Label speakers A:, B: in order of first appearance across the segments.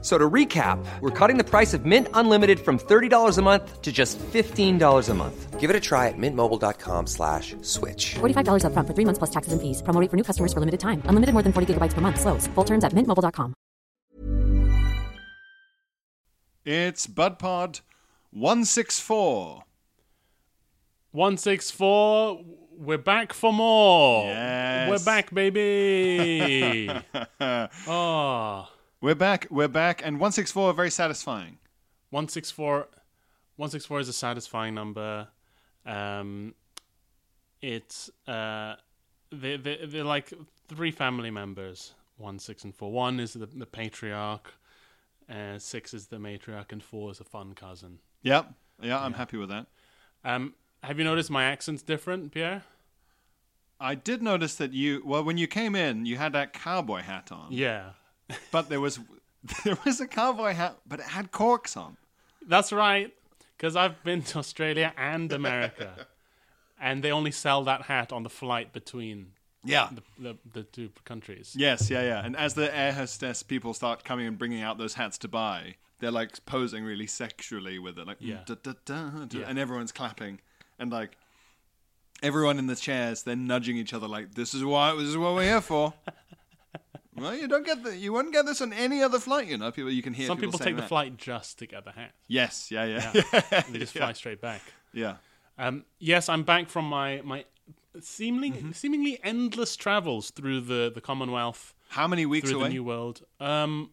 A: So to recap, we're cutting the price of Mint Unlimited from $30 a month to just $15 a month. Give it a try at mintmobile.com slash switch.
B: $45 upfront for three months plus taxes and fees. Promo rate for new customers for limited time. Unlimited more than 40 gigabytes per month. Slows. Full terms at mintmobile.com.
C: It's BudPod 164.
D: 164, we're back for more.
C: Yes.
D: We're back, baby. oh,
C: We're back, we're back, and 164 are very satisfying.
D: 164, 164 is a satisfying number. Um, it's, uh, they, they, they're like three family members. One, six, and four. One is the, the patriarch, uh, six is the matriarch, and four is a fun cousin.
C: Yep. Yeah, I'm happy with that.
D: Um, have you noticed my accent's different, Pierre?
C: I did notice that you, well, when you came in, you had that cowboy hat on.
D: Yeah.
C: But there was there was a cowboy hat, but it had corks on.
D: That's right, because I've been to Australia and America, and they only sell that hat on the flight between
C: Yeah.
D: the, the, the two countries.
C: Yes, yeah, yeah. And as the air hostess people start coming and bringing out those hats to buy, they're like posing really sexually with it, like
D: Yeah.
C: "Da, da, da, da,"
D: Yeah.
C: and everyone's clapping, and like everyone in the chairs, they're nudging each other, like this is why this is what we're here for. well, you don't get the, you won't get this on any other flight, you know. People, you can hear
D: Some people,
C: saying
D: take the
C: that.
D: flight just to get the hat.
C: Yes, yeah, yeah,
D: Yeah. they just fly straight back.
C: yeah.
D: Um, yes, I'm back from my my seemingly seemingly endless travels through the, the Commonwealth,
C: How many weeks
D: through
C: away?
D: the New World. Um,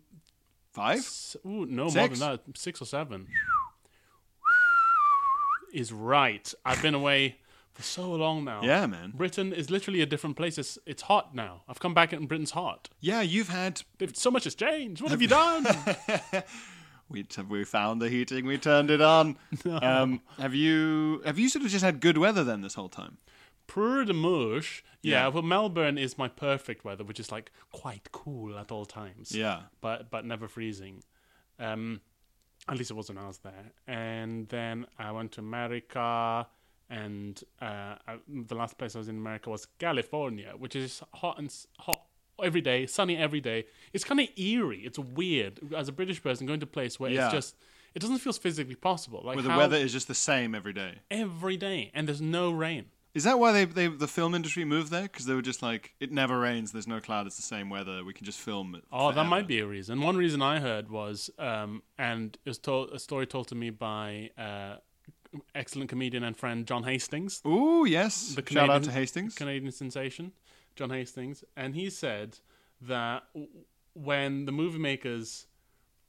C: Five.
D: S- Ooh, no
C: Six?
D: more than that. Six or seven. is right. I've been away for so long now.
C: Yeah, man.
D: Britain is literally a different place. It's, it's hot now. I've come back and Britain's hot.
C: Yeah, you've had.
D: They've- So much has changed. What have you done?
C: We t- we found the heating. We turned it on. Um, have you have you sort of just had good weather then this whole time?
D: Pretty much. Yeah,
C: Yeah.
D: well, Melbourne is my perfect weather, which is like quite cool at all times.
C: Yeah.
D: But, but never freezing. Um, at least it wasn't ours there. And then I went to America, and uh, I, the last place I was in America was California, which is hot and s- hot every day, sunny every day. It's kind of eerie. It's weird as a British person going to a place where
C: Yeah.
D: it's just it doesn't feel physically possible. Like
C: Where the
D: how-
C: weather is just the same every day.
D: every day, and there's no rain.
C: Is that why they, they the film industry moved there? Because they were just like, it never rains, there's no cloud, it's the same weather, we can just film it.
D: Oh, that
C: forever."
D: might be a reason. One reason I heard was, um, and it was told, a story told to me by uh, excellent comedian and friend John Hastings.
C: Ooh, yes.
D: the
C: Shout
D: Canadian,
C: out to Hastings.
D: Canadian sensation, John Hastings, and he said that w- when the movie makers,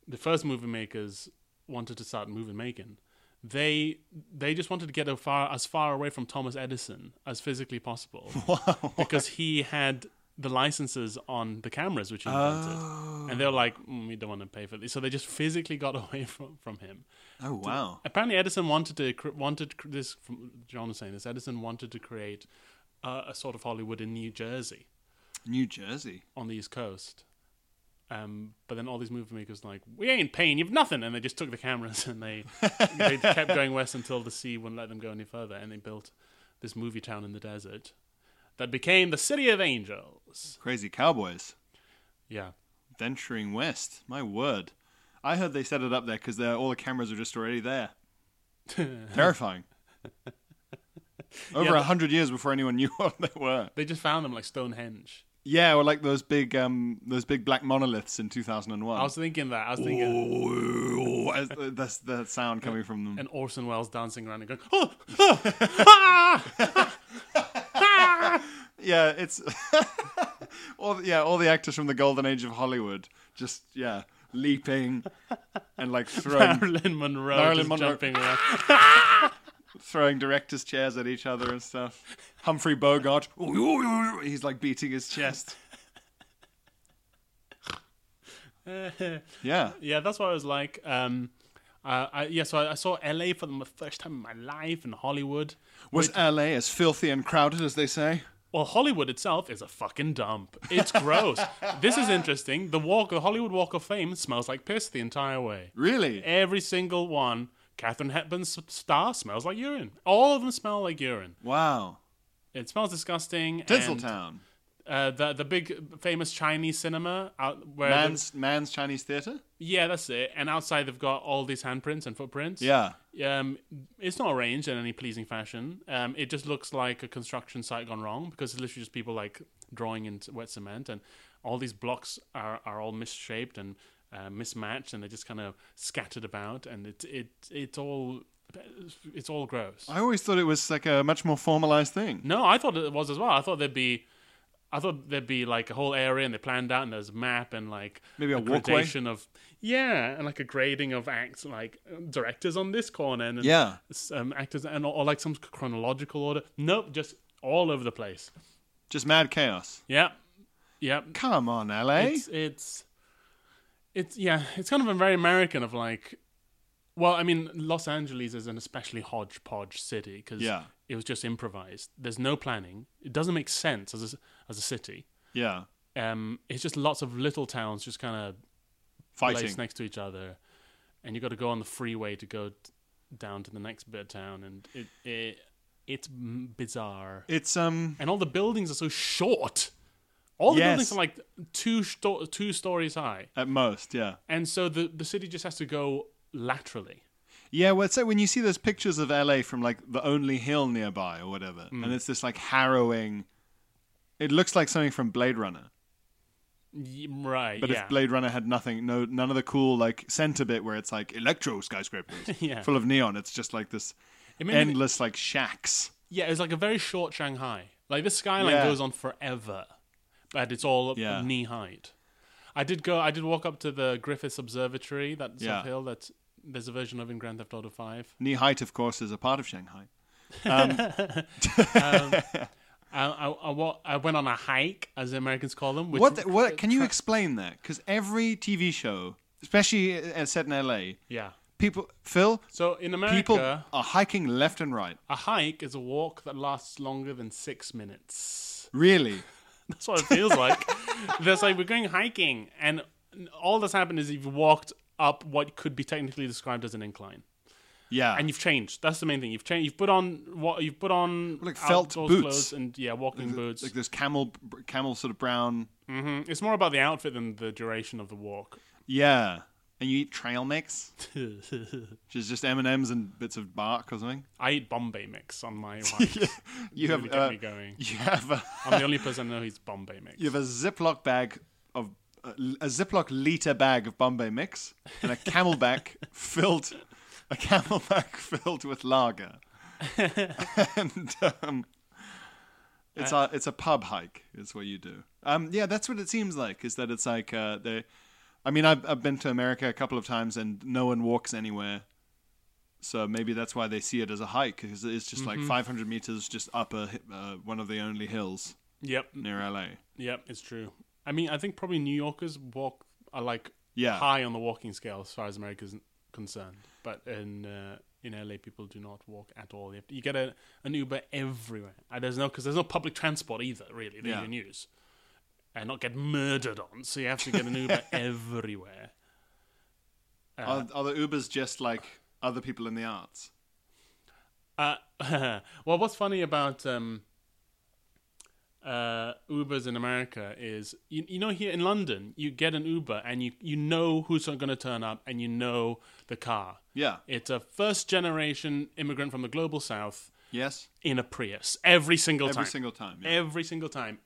D: the first movie makers, wanted to start movie making, they they just wanted to get as far as far away from Thomas Edison as physically possible. Wow! Because he had the licenses on the cameras which he invented,
C: Oh.
D: and they were like, mm, "We don't want to pay for this," so they just physically got away from from him.
C: oh, wow.
D: Apparently, Edison wanted to cr- wanted cr- this. From John was saying this. Edison wanted to create uh, a sort of Hollywood in New Jersey
C: New Jersey.
D: on the East Coast. Um, but then all these movie makers were like, we ain't paying you for nothing, and they just took the cameras and they they kept going west until the sea wouldn't let them go any further, and they built this movie town in the desert that became the City of Angels.
C: Crazy cowboys.
D: Yeah,
C: Venturing west. My word. I heard they set it up there because all the cameras are just already there. Terrifying. Over a
D: Yeah.
C: hundred years before anyone knew what they were.
D: they just found them like Stonehenge.
C: Yeah, or like those big, um, those big black monoliths in two thousand and one.
D: I was thinking that. I was thinking.
C: Ooh, as- that's that sound coming from them.
D: and Orson Welles dancing around and going, oh, oh, ah,
C: Yeah, it's all the- yeah, all the actors from the golden age of Hollywood just yeah, leaping and like throwing
D: Marilyn Monroe
C: Marilyn
D: just
C: Monroe.
D: jumping around.
C: throwing directors chairs at each other and stuff. Humphrey Bogart, he's like beating his chest. Yeah.
D: yeah, that's what I was like. Um, uh, I, yeah, so I, I saw LA for the first time in my life in Hollywood.
C: Was LA as filthy and crowded as they say?
D: Well, Hollywood itself is a fucking dump. It's gross. this is interesting. The walk, the Hollywood Walk of Fame, smells like piss the entire way.
C: Really?
D: Every single one. Catherine Hepburn's star smells like urine. All of them smell like urine.
C: Wow.
D: It smells disgusting. and,
C: Tinseltown.
D: uh, the the big famous Chinese cinema out where the-
C: Man's Man's Chinese Theatre?
D: yeah, that's it. And outside they've got all these handprints and footprints.
C: Yeah.
D: Um, it's not arranged in any pleasing fashion. Um, it just looks like a construction site gone wrong because it's literally just people like drawing in wet cement, and all these blocks are, are all misshaped and uh, mismatched, and they're just kind of scattered about, and it it it's all it's all gross.
C: I always thought it was like a much more formalized thing.
D: No, I thought it was as well. I thought there'd be, I thought there'd be like a whole area and they planned out and there's a map and like
C: Maybe a walkway?
D: gradation of yeah and like a grading of acts like um, directors on this corner and then
C: Yeah.
D: s- um, actors and or, like some chronological order. Nope, just all over the place.
C: Just mad chaos.
D: Yeah, yeah.
C: Come on, LA.
D: It's, it's it's yeah. It's kind of a very American of like. Well, I mean, Los Angeles is an especially hodgepodge city because
C: Yeah.
D: it was just improvised. There's no planning. It doesn't make sense as a, as a city.
C: yeah.
D: Um, it's just lots of little towns just kind of
C: Fighting.
D: placed next to each other, and you got to go on the freeway to go t- down to the next bit of town, and it, it it's m- bizarre
C: It's um
D: and all the buildings are so short. All the
C: Yes.
D: buildings are like two sto- two stories high,
C: at most, yeah.
D: and so the the city just has to go laterally.
C: Yeah, well, it's like when you see those pictures of LA from like the only hill nearby or whatever,
D: Mm.
C: and it's this like harrowing. It looks like something from Blade Runner,
D: Y- right?
C: but
D: yeah.
C: if Blade Runner had nothing, no, none of the cool like center bit where it's like electro skyscrapers,
D: Yeah.
C: full of neon. It's just like this
D: It made me-
C: endless like shacks.
D: yeah, it's like a very short Shanghai. Like this skyline
C: Yeah.
D: goes on forever, but it's all up
C: Yeah.
D: knee height. I did go. I did walk up to the Griffiths Observatory. That
C: Yeah.
D: hill that there's a version of in Grand Theft Auto Five.
C: Knee height, of course, is a part of Shanghai.
D: I, I, I, wa- I went on a hike, as the Americans call them. Which
C: What? The, what? Can you explain that? Because every TV show, especially uh, set in LA,
D: Yeah.
C: people, Phil,
D: So in America,
C: people are hiking left and right.
D: A hike is a walk that lasts longer than six minutes.
C: Really.
D: That's what it feels like. There's like we're going hiking, and all that's happened is you've walked up what could be technically described as an incline,
C: Yeah.
D: and you've changed. That's the main thing. You've changed. You've put on what you've put on
C: Like felt
D: outdoors
C: boots.
D: clothes and yeah, walking boots.
C: like this camel camel sort of brown
D: Mm, It's more about the outfit than the duration of the walk.
C: yeah and you eat trail mix which is just m&ms and bits of bark or something
D: I eat Bombay mix on my hike.
C: you
D: Really
C: have
D: get
C: uh,
D: me going.
C: you have uh, a,
D: I'm the only person I know who's Bombay mix.
C: you have a ziploc bag of a, a ziploc liter bag of bombay mix and a camelback filled a camelback filled with lager and um it's a it's a pub hike. Is what you do. Um, yeah, that's what it seems like. Is that it's like uh, they. I mean, I've I've been to America a couple of times, and no one walks anywhere. So maybe that's why they see it as a hike, because it's just like 500 meters just up a hi- uh, one of the only hills
D: Yep.
C: near LA.
D: Yep, it's true. I mean, I think probably New Yorkers walk are like
C: Yeah.
D: high on the walking scale as far as America's n- concerned, but in uh, in LA people do not walk at all. You, have to- you get a, an Uber everywhere. And there's no because there's no public transport either, really. That
C: Yeah.
D: you can use and not get murdered on. So you have to get an Uber everywhere.
C: Are, are the Ubers just like other people in the arts?
D: Uh, well, what's funny about um, uh, Ubers in America is you, you know here in London you get an Uber and you you know who's going to turn up and you know the car.
C: Yeah.
D: It's a first generation immigrant from the global south
C: Yes.
D: in a Prius every single time.
C: Every single time. Yeah.
D: Every single time.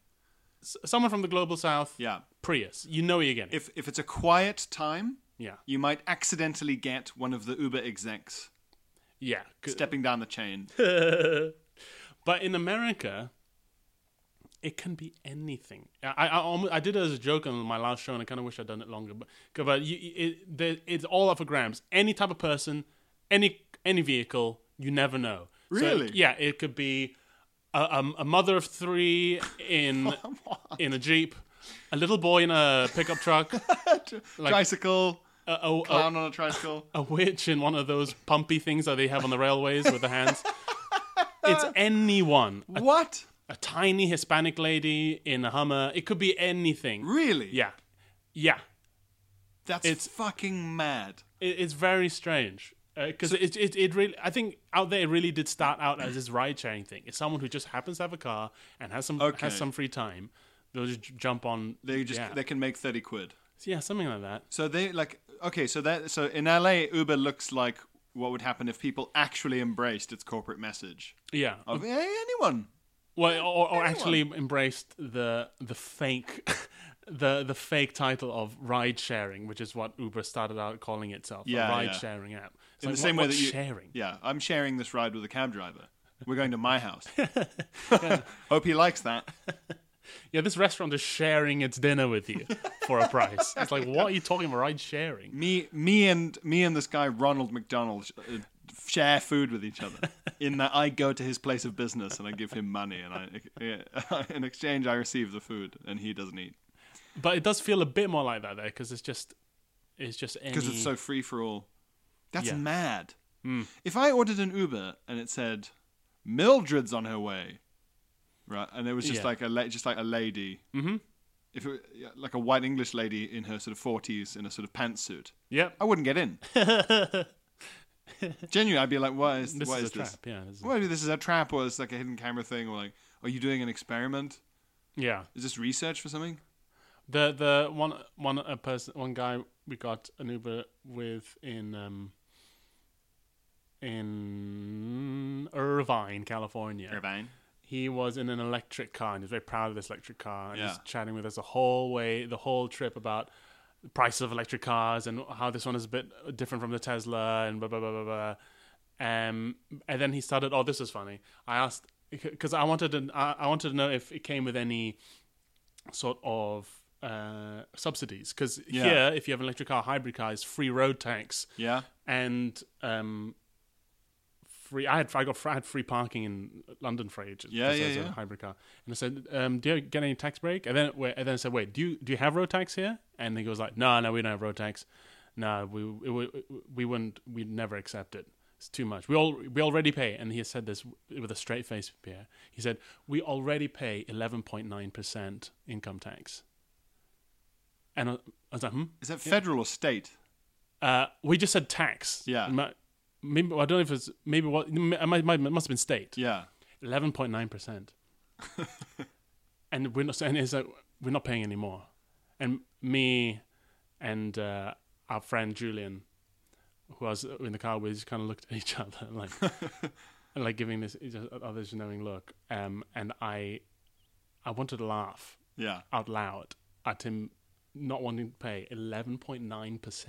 D: S- someone from the global south.
C: Yeah.
D: Prius. You know you're getting. it.
C: If if it's a quiet time,
D: yeah.
C: you might accidentally get one of the Uber execs
D: Yeah. C-
C: stepping down the chain.
D: But in America, it can be anything. I I, I, almo- I did it as a joke on my last show, and I kind of wish I'd done it longer. But 'cause, but you, it, there, it's all up for grabs. Any type of person, any any vehicle, you never know. So,
C: Really?
D: yeah, it could be a, a, a mother of three in in a jeep, a little boy in a pickup truck, a,
C: tricycle,
D: a, a,
C: clown on a tricycle.
D: a witch in one of those pumpy things that they have on the railways with the hands. It's anyone. A
C: what?
D: a tiny Hispanic lady in a Hummer. It could be anything.
C: Really?
D: Yeah. Yeah.
C: That's
D: It's-
C: fucking mad.
D: It, it's very strange. Because it, it, it really, I think out there it really did start out as this ride sharing thing. It's someone who just happens to have a car and has some
C: Okay.
D: has some free time. They'll just j- jump on.
C: They just
D: yeah.
C: they can make thirty quid.
D: yeah, something like that.
C: So they like okay. So that so in LA, Uber looks like what would happen if people actually embraced its corporate message
D: Yeah,
C: of hey, anyone.
D: Well, or, or actually embraced the the fake, the the fake title of ride sharing, which is what Uber started out calling itself,
C: Yeah,
D: a ride
C: yeah.
D: sharing app. It's
C: In
D: like,
C: the same
D: what-
C: way that
D: what's
C: you
D: sharing.
C: Yeah, I'm sharing this ride with a cab driver. We're going to my house. Hope he likes that.
D: Yeah, this restaurant is sharing its dinner with you for a price. It's like, what are you talking about ride sharing?
C: Me, me, and me and this guy Ronald McDonald sh- uh, share food with each other. In that I go to his place of business and I give him money, and I yeah, in exchange I receive the food, and he doesn't eat
D: But it does feel a bit more like that there because it's just, it's just any. Hmm.
C: because it's so free for all. That's
D: Yeah.
C: mad. If I ordered an Uber and it said Mildred's on her way, right, and it was just
D: Yeah.
C: like a la- just like a lady, mm-hmm. if it, yeah, like a white English lady in her sort of forties in a sort of pantsuit,
D: Yep.
C: I wouldn't get in. Genuinely, I'd be like, "What is
D: This
C: what
D: is a
C: is this?
D: trap, yeah, this is a-
C: Well, this is a trap, or it's like a hidden camera thing, or like, are you doing an experiment?
D: Yeah.
C: Is this research for something?
D: The the one one a person one guy we got an Uber with in um in Irvine, California. He was in an electric car and he was very proud of this electric car. And he was
C: Yeah.
D: chatting with us the whole way, the whole trip about the price of electric cars and how this one is a bit different from the Tesla and blah blah blah blah blah. Um, and then he started. Oh, this was funny. I asked because I wanted to. I I wanted to know if it came with any sort of uh, subsidies because
C: Yeah.
D: here, if you have an electric car, hybrid car is free road tax.
C: Yeah.
D: and um, free. I had I got I had free parking in London for ages.
C: Yeah,
D: because I
C: yeah,
D: was a
C: yeah.
D: hybrid car. And I said, um, "Do you get any tax break?" And then wait, and then I said, "Wait, do you do you have road tax here?" And he goes like, "No, no, we don't have road tax. No, we we, we wouldn't. We'd never accept it. It's too much. We all we already pay." And he has said this with a straight face, Pierre. He said, "We already pay eleven point nine percent income tax." And I I was like, "Hmm."
C: Is that federal or state?
D: Uh, we just said tax.
C: Yeah.
D: Ma- Maybe I don't know if it's maybe what it might, might, must have been state.
C: Yeah.
D: Eleven point nine percent. And we're not and it's like we're not paying anymore. And me and uh, our friend Julian, who I was in the car with, just kind of looked at each other like and like giving this each others knowing look. Um, and I, I wanted to laugh
C: Yeah.
D: out loud at him not wanting to pay 11.9%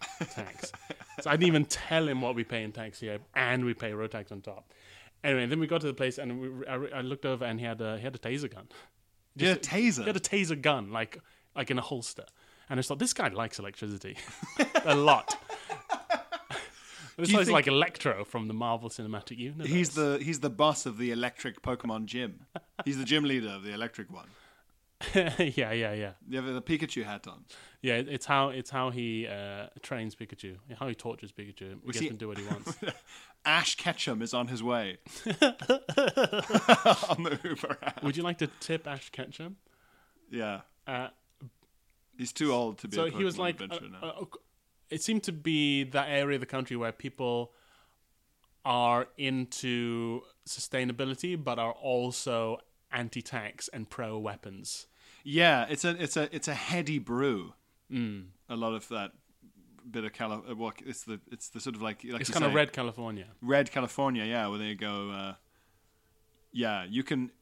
D: tax. so I didn't even tell him what we pay in tax here, and we pay road tax on top. Anyway, then we got to the place, and we, I, I looked over, and he had a he had a taser gun.
C: Yeah, taser.
D: He had a taser gun, like like in a holster. And I just thought, this guy likes electricity a lot. this
C: you
D: guy's
C: think-
D: like Electro from the Marvel Cinematic Universe.
C: He's the he's the boss of the electric Pokemon gym. He's the gym leader of the electric one.
D: yeah, yeah, yeah.
C: They have the Pikachu hat on.
D: Yeah, it- it's how it's how he uh, trains Pikachu, how he tortures Pikachu, he gets
C: see-
D: him to do what he wants.
C: Ash Ketchum is on his way on the Uber app.
D: Would you like to tip Ash Ketchum?
C: Yeah,
D: Uh,
C: he's too old to be.
D: so
C: a
D: he was
C: Pokemon
D: like,
C: adventurer
D: uh,
C: now.
D: uh, ok- it seemed to be that area of the country where people are into sustainability, but are also anti-tax and pro-weapons.
C: yeah, it's a it's a it's a heady brew.
D: Hmm.
C: A lot of that bit of Cali- uh, what it's the it's the sort of like, like
D: It's
C: you
D: kind of
C: say,
D: red California.
C: red California. Yeah, where they go. Uh, yeah, you can.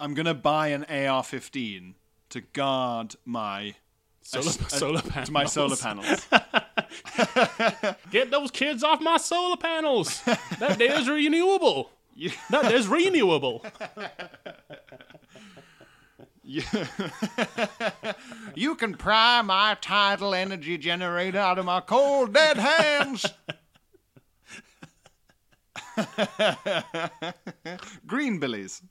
C: I'm gonna buy an AR-15 to guard my
D: Solar,
C: s- a-
D: solar panels.
C: to my solar panels.
D: Get those kids off my solar panels. that there's renewable. That there's renewable.
C: You can pry my tidal energy generator out of my cold, dead hands. Green billies.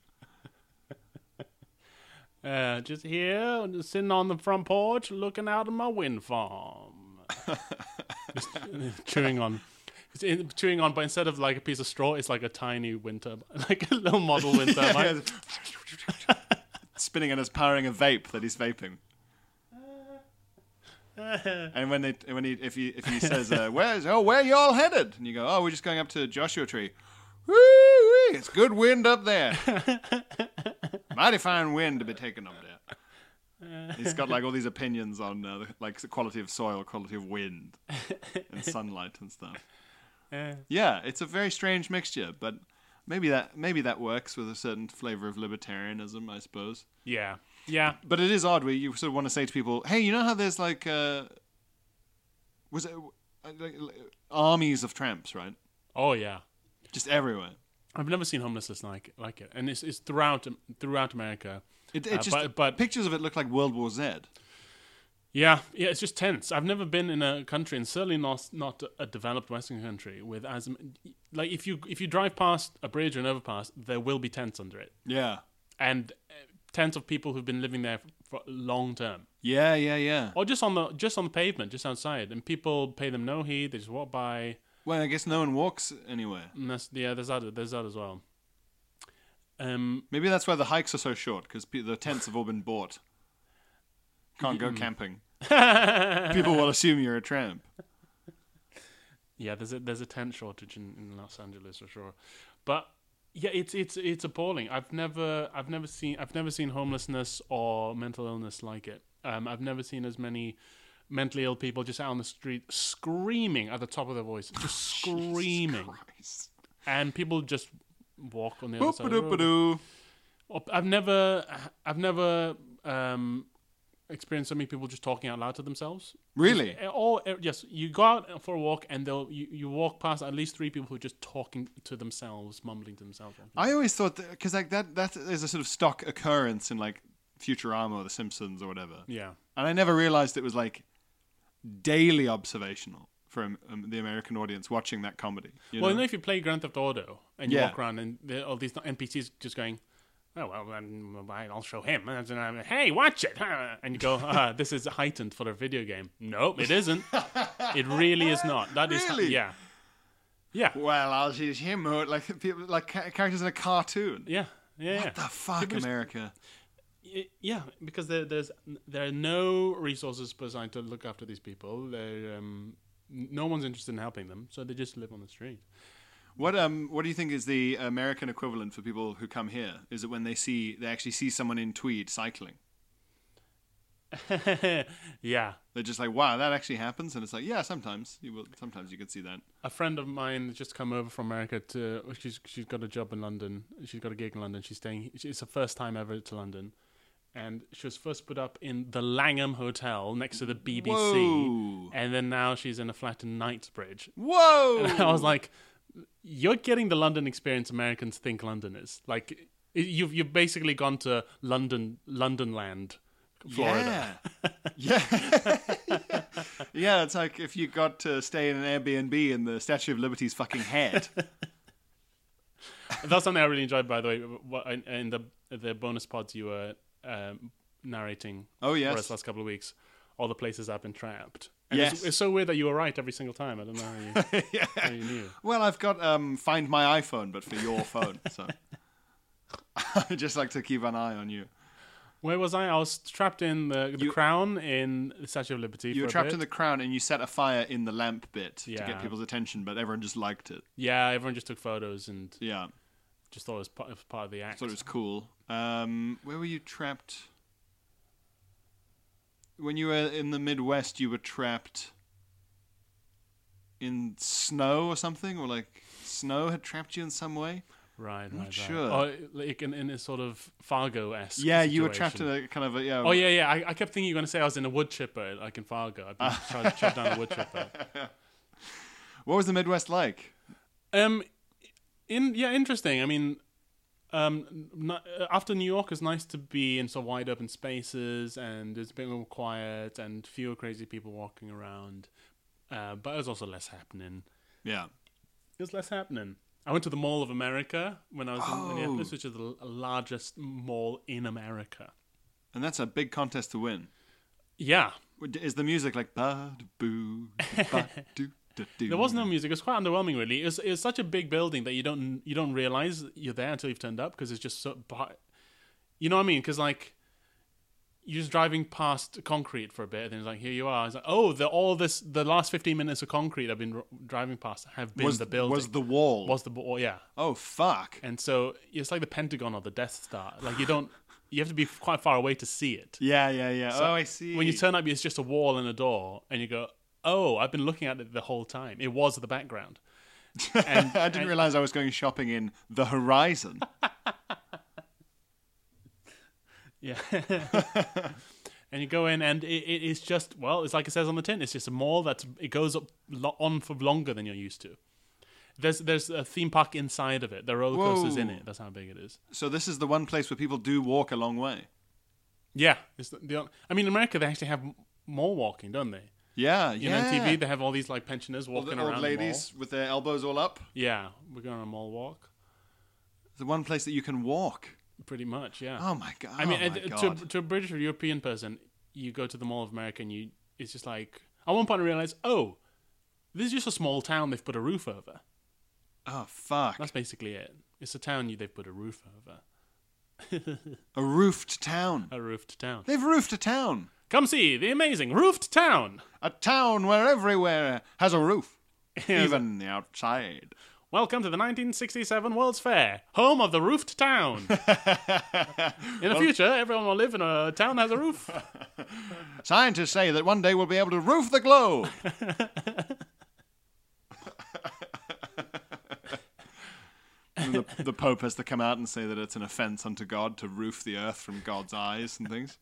D: Uh, just here, just sitting on the front porch, looking out at my wind farm, Just chewing on It's in, chewing on, but instead of like a piece of straw, it's like a tiny wind turbine, like a little model wind turbine.
C: Spinning and it's powering a vape that he's vaping. And when they, when he, if he, if he says, uh, "Where's oh, where you all headed?" and you go, "Oh, we're just going up to Joshua Tree." Woo-wee, it's good wind up there. Mighty fine wind to be taken up there. He's got like all these opinions on uh, the- like the quality of soil, quality of wind, and sunlight and stuff. Yeah, it's a very strange mixture, but maybe that maybe that works with a certain flavor of libertarianism, I suppose.
D: Yeah, yeah.
C: But it is odd where you sort of want to say to people, "Hey, you know how there's like uh, was it uh, like, like, armies of tramps, right?
D: Oh yeah.
C: Just everywhere."
D: I've never seen homelessness like like it, and it's it's throughout throughout America.
C: It,
D: Uh,
C: it just
D: but- but-
C: pictures of it look like World War Z.
D: Yeah, yeah, it's just tense. I've never been in a country, and certainly not not a developed Western country with as m- like if you if you drive past a bridge or an overpass, there will be tents under it,
C: Yeah,
D: and uh, tents of people who've been living there for long term,
C: yeah, yeah, yeah.
D: or just on the just on the pavement, just outside, and people pay them no heed. They just walk by.
C: Well, I guess no one walks anywhere.
D: And that's, yeah, there's that there's that as well. Um,
C: Maybe that's why the hikes are so short because pe- the tents have all been bought. Can't
D: Mm-hmm.
C: go camping. People will assume you're a tramp.
D: Yeah, there's a there's a tent shortage in, in Los Angeles for sure, but yeah, it's it's it's appalling. I've never I've never seen I've never seen homelessness or mental illness like it. Um, I've never seen as many mentally ill people just out on the street screaming at the top of their voice, just screaming, and people just walk on the other side. Of the road.
C: Boop-a-doop-a-doo.
D: Or- I've never I've never um, experienced so many people just talking out loud to themselves.
C: Really?
D: Uh, All uh, yes, you go out for a walk and they'll you, you walk past at least three people who are just talking to themselves, mumbling to themselves.
C: I always thought because like that that is a sort of stock occurrence in like Futurama or The Simpsons or whatever.
D: yeah,
C: And I never realized it was like daily observational for um, um, the American audience watching that comedy. you
D: well, you
C: know?
D: know if you play Grand Theft Auto and you
C: Yeah.
D: walk around and there are all these NPCs just going. Oh well, then I'll show him. And I'm like, Hey, watch it! huh?" And you go, ah, "This is heightened for a video game." Nope, it isn't. it really is not. That is,
C: Really?
D: yeah, yeah,
C: well, I'll use him or like people like ca- characters in a cartoon.
D: yeah, yeah. yeah.
C: What the fuck, America?
D: Y- yeah, because there, there's there are no resources designed to look after these people. They're, um, n- no one's interested in helping them, so they just live on the street.
C: What um what do you think is the American equivalent for people who come here? Is it when they see they actually see someone in tweed cycling?
D: yeah,
C: They're just like, wow, that actually happens, and it's like, yeah, sometimes you will. Sometimes you can see that.
D: a friend of mine has just come over from America to. She's she's got a job in London. She's got a gig in London. She's staying. It's her first time ever to London, and she was first put up in the Langham Hotel next to the BBC,
C: Whoa.
D: and then now she's in a flat in Knightsbridge.
C: Whoa!
D: I was like, you're getting the London experience Americans think London is. Like i- you've you've basically gone to London London land, Florida.
C: Yeah. yeah. yeah, it's like if you got to stay in an Airbnb in the Statue of Liberty's fucking head.
D: That's something I really enjoyed by the way wh- in, in the the bonus pods you were um, narrating
C: Oh, yes.
D: for us last couple of weeks. All the places I've been trapped. And it's-
C: Yes.
D: it's, so weird that you were right every single time. I don't know how you, how you knew.
C: Well, I've got um, Find My iPhone, but for your phone. So I just like to keep an eye on you.
D: Where was I? I was trapped in the, the crown in the Statue of Liberty.
C: You
D: for
C: were
D: a
C: trapped
D: bit.
C: in the crown and you set a fire in the lamp bit to
D: Yeah.
C: get people's attention, but everyone just liked it.
D: yeah. Everyone just took photos and
C: Yeah.
D: just thought it was part, it was part of the act.
C: Thought it was cool. Um, where were you trapped? When you were in the Midwest, you were trapped in snow or something, or like snow had trapped you in some way.
D: Right, right, right.
C: sure.
D: Or like in, in a sort of Fargo esque.
C: Yeah, you were trapped in a kind of a yeah.
D: Oh yeah, yeah. I, I kept thinking you were going to say I was in a wood chipper, like in Fargo. I've been trapped, trapped down a wood chipper.
C: What was the Midwest like?
D: Um, in yeah, interesting. I mean, um, n- after New York, it's nice to be in sort of wide open spaces and it's a bit more quiet and fewer crazy people walking around. Uh, but there's also less happening.
C: Yeah,
D: There's less happening. I went to the Mall of America when I was in Minneapolis, which is the l- largest mall in America.
C: and that's a big contest to win.
D: Yeah,
C: Is the music like ba boo ba do
D: There was no music. It was quite underwhelming, really. It was, it was such a big building that you don't you don't realize you're there until you've turned up because it's just so. bu- You know what I mean? Because like, you're just driving past concrete for a bit, and then it's like, here you are. It's like, oh, the, all this the last 15 minutes of concrete I've been r- driving past have been
C: Was-
D: the building.
C: was the wall.
D: Was the wall? Yeah.
C: Oh fuck!
D: And so it's like the Pentagon or the Death Star. Like you don't, you have to be quite far away to see it.
C: Yeah, yeah, yeah. oh, I see.
D: When you turn up, it's just a wall and a door, and you go, "Oh, I've been looking at it the whole time. It was the background." And
C: I didn't realize I was going shopping in the horizon.
D: yeah, and you go in, and it, it is just well, it's like it says on the tin. It's just a mall that's it goes up lo- on for longer than you're used to. There's there's a theme park inside of it. There are roller coasters in
C: Whoa.
D: it. That's how big it is.
C: so this is the one place where people do walk a long way.
D: Yeah, it's the, the, on- I mean, in America they actually have m- mall walking, don't they?
C: Yeah,
D: You
C: yeah.
D: know, on TV they have all these like pensioners
C: all the
D: walking
C: old
D: around
C: ladies
D: The mall.
C: with their elbows all up.
D: Yeah, we're going on a mall walk,
C: The one place that you can walk.
D: pretty much. Yeah.
C: Oh my god!
D: I mean,
C: oh
D: and
C: my
D: to
C: god.
D: to a British or European person, you go to the Mall of America and you it's just like at one point I realized, oh, this is just a small town they've put a roof over.
C: oh fuck!
D: That's basically it. It's a town you they've put a roof over,
C: A roofed town.
D: a roofed town.
C: They've roofed a town.
D: Come see the amazing roofed town.
C: A town where everywhere has a roof, even the outside.
D: Welcome to the 1967 World's Fair, home of the roofed town. in the future, everyone will live in a town that has a roof.
C: Scientists say that one day we'll be able to roof the globe. And the, the Pope has to come out and say that it's an offense unto God to roof the earth from God's eyes and things.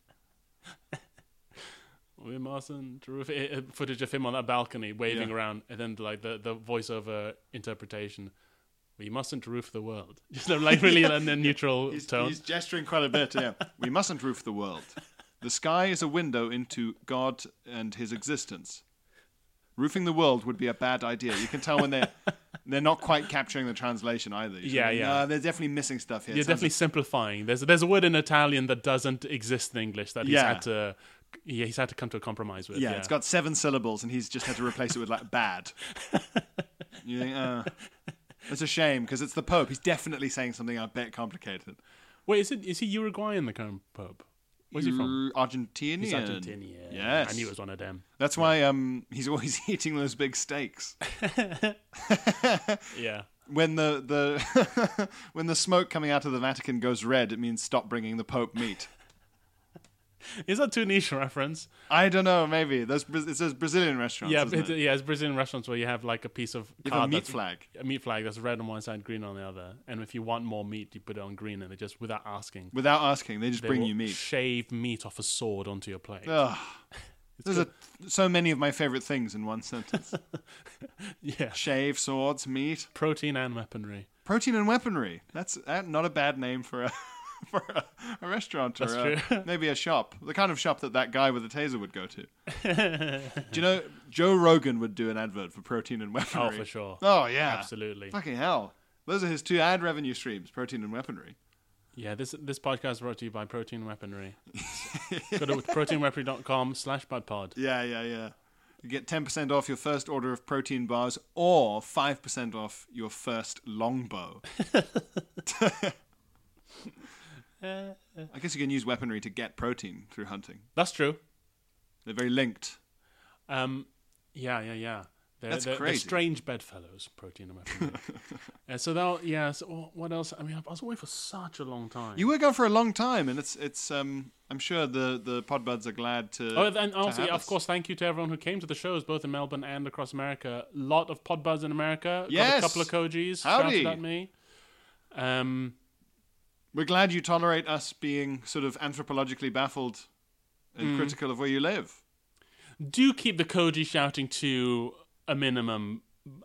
D: Wim Marson, to roof, eh, eh, footage of him on that balcony waving
C: Yeah.
D: around, and then like the, the voiceover interpretation. We mustn't roof the world. Just like really in a neutral
C: He's,
D: tone.
C: he's gesturing quite a bit, yeah. We mustn't roof the world. The sky is a window into God and his existence. Roofing the world would be a bad idea. You can tell when they're, they're not quite capturing the translation either. You
D: Yeah,
C: go,
D: yeah.
C: No, they're definitely missing stuff here. It
D: You're
C: sounds
D: definitely simplifying. There's there's a word in Italian that doesn't exist in English that he's
C: Yeah.
D: had to yeah, he's had to come to a compromise with.
C: Yeah, it's got seven syllables, and he's just had to replace it with like bad. you think, uh, it's a shame because it's the Pope. He's definitely saying something a bit complicated.
D: Wait, is it is he Uruguayan the current pub? Where's he from?
C: You're Mm, Argentinian.
D: He's Argentinian.
C: Yes.
D: I knew it was one of them.
C: That's why um he's always eating those big steaks.
D: Yeah.
C: When the the when the smoke coming out of the Vatican goes red, it means stop bringing the Pope meat.
D: Is that too niche a reference?
C: I don't know. Maybe those Bra- it's those Brazilian restaurants.
D: Yeah,
C: isn't
D: it's,
C: it?
D: yeah, it's Brazilian restaurants where you have like a piece of
C: You have a
D: card
C: meat
D: that's-
C: flag.
D: a meat flag that's red on one side, green on the other. And if you want more meat, you put it on green, and they just without asking,
C: Without asking, they just
D: they
C: bring
D: will
C: you meat.
D: Shave meat off a sword onto your plate.
C: Ugh. Those are so many of my favorite things in one sentence.
D: yeah,
C: Shave, swords, meat,
D: protein and weaponry.
C: protein, and weaponry. That's uh, not a bad name for a for a, a restaurant or
D: That's
C: a-
D: true.
C: maybe a shop. The kind of shop that that guy with the taser would go to. Do you know Joe Rogan would do an advert for protein and weaponry?
D: Oh, for sure.
C: Oh yeah,
D: Absolutely.
C: Fucking hell, those are his two ad revenue streams: protein and weaponry.
D: Yeah, this this podcast is brought to you by Protein Weaponry. Go to proteinweaponry.com slash badpod.
C: Yeah, yeah, yeah. You get 10% off your first order of protein bars or 5% off your first longbow. I guess you can use weaponry to get protein through hunting.
D: That's true.
C: They're very linked.
D: Um, yeah, yeah, yeah. They're,
C: That's
D: they're, they're
C: crazy.
D: strange bedfellows, protein and weaponry. uh, so that, yeah. So what else? I mean, I was away for such a long time.
C: You were gone for a long time, and it's it's. Um, I'm sure the the podbuds are glad to.
D: Oh, and
C: to
D: also,
C: have
D: yeah, of
C: us.
D: course, thank you to everyone who came to the shows, both in Melbourne and across America. Lot of pod buzz in America.
C: Yes.
D: Got a couple of Kojis.
C: Howdy.
D: Shouted at me. Um,
C: We're glad you tolerate us being sort of anthropologically baffled
D: Mm.
C: and critical of where you live.
D: do keep the Koji shouting to a minimum.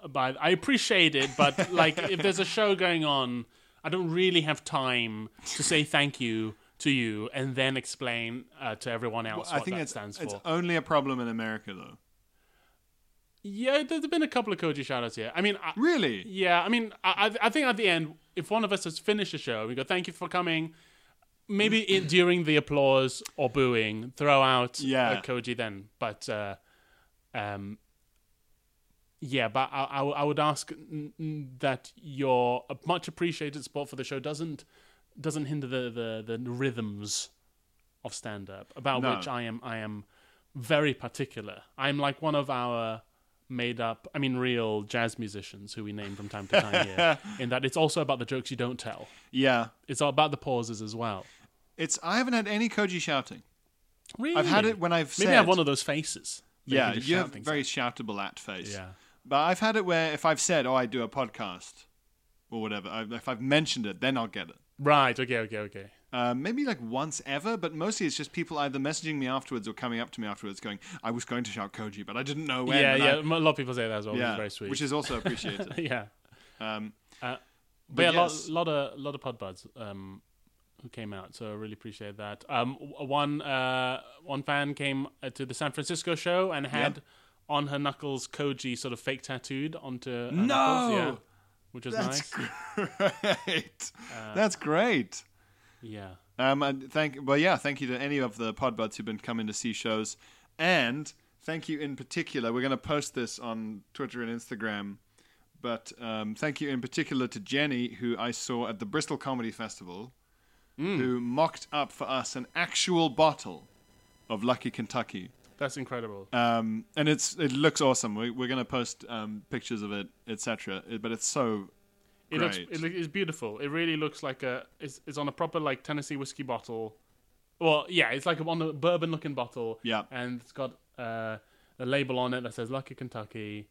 D: By I appreciate it, but like if there's a show going on, I don't really have time to say thank you to you and then explain uh, to everyone else
C: I
D: what
C: think
D: that
C: it's
D: stands
C: it's
D: for.
C: only a problem in America, though.
D: Yeah, there's been a couple of Koji shoutouts here. I mean, I,
C: Really?
D: Yeah, I mean, I, I I think at the end, if one of us has finished the show, we go, "Thank you for coming." Maybe in, during the applause or booing, throw out
C: Yeah.
D: uh, Koji then. But uh, um, Yeah, but I, I, I would ask n- n- that your much appreciated support for the show doesn't doesn't hinder the, the, the rhythms of stand up about
C: No.
D: which I am I am very particular. I'm like one of our made up, I mean, real jazz musicians who we name from time to time here. In that it's also about the jokes you don't tell.
C: Yeah.
D: It's all about the pauses as well.
C: It's I haven't had any Koji shouting.
D: Really,
C: I've had it when I've
D: maybe
C: said-
D: I have one of those faces. that
C: yeah,
D: can just
C: you
D: shout
C: have
D: things
C: very
D: out.
C: shoutable at face.
D: Yeah.
C: But I've had it where if I've said, "Oh, I do a podcast," or whatever, I, if I've mentioned it, then I'll get it.
D: right. Okay, okay, okay.
C: Uh, maybe like once ever, but mostly it's just people either messaging me afterwards or coming up to me afterwards, going, "I was going to shout Koji, but I didn't know when."
D: yeah,
C: and
D: yeah.
C: I-
D: A lot of people say that as well. Which is very sweet.
C: which is also appreciated.
D: yeah. Um, uh, but,
C: but
D: yeah,
C: yes.
D: a lot, lot of lot of pod buds um, who came out, so I really appreciate that. Um, w- one uh, one fan came uh, to the San Francisco show and had on her knuckles Koji sort of fake tattooed onto her no,
C: No!
D: which was nice.
C: That's great. That's great.
D: Yeah,
C: Um, and thank, well, yeah, thank you to any of the podbuds who've been coming to see shows, and thank you in particular. We're going to post this on Twitter and Instagram, but um, thank you in particular to Jenny, who I saw at the Bristol Comedy Festival,
D: Mm.
C: who mocked up for us an actual bottle of Lucky Kentucky.
D: that's incredible.
C: Um, and it's it looks awesome. We, we're going to post um, pictures of it, etc. It- But it's so
D: it looks
C: great.
D: it loo- it's beautiful. It really looks like a it's, it's on a proper like Tennessee whiskey bottle. Well, yeah, it's like on a bourbon looking bottle.
C: Yeah.
D: and it's got uh, a label on it that says Lucky Kentucky,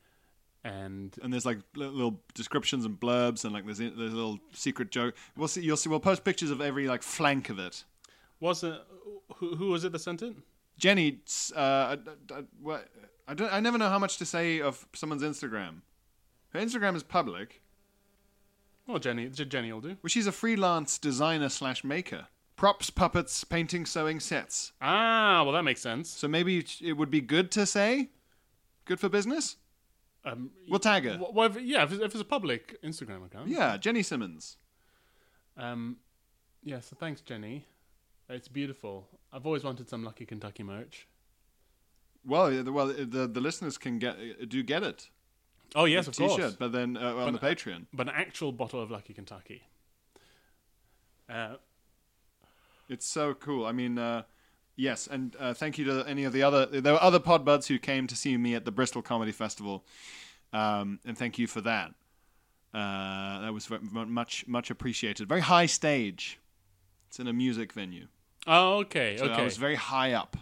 D: and
C: and there's like li- little descriptions and blurbs and like there's there's a little secret joke. We'll see. You'll see. We'll post pictures of every like flank of it.
D: was it who, who was it that sent it?
C: Jenny, uh, I, I, what- I don't. I never know how much to say of someone's Instagram. Her Instagram is public,
D: Well, Jenny, J- Jenny will do.
C: well, she's a freelance designer slash maker. Props, puppets, painting, sewing sets.
D: Ah, well that makes sense.
C: So maybe it would be good to say, good for business.
D: Um,
C: We'll tag her.
D: wh- whatever- yeah, if it's, if it's a public Instagram account.
C: Yeah, Jenny Simmons.
D: Um, yeah. So thanks, Jenny. It's beautiful. I've always wanted some Lucky Kentucky merch.
C: Well, uh, the- well, uh, the the listeners can get uh, do get it.
D: Oh yes, of
C: T-shirt,
D: course.
C: but then uh, on the Patreon.
D: but an actual bottle of Lucky Kentucky. Uh,
C: It's so cool. I mean, uh, yes, and uh, thank you to any of the other. There were other podbuds who came to see me at the Bristol Comedy Festival, um, and thank you for that. Uh, that was ve- mu- much much appreciated. Very high stage. It's in a music venue.
D: oh, okay,
C: So I
D: okay.
C: was very high up.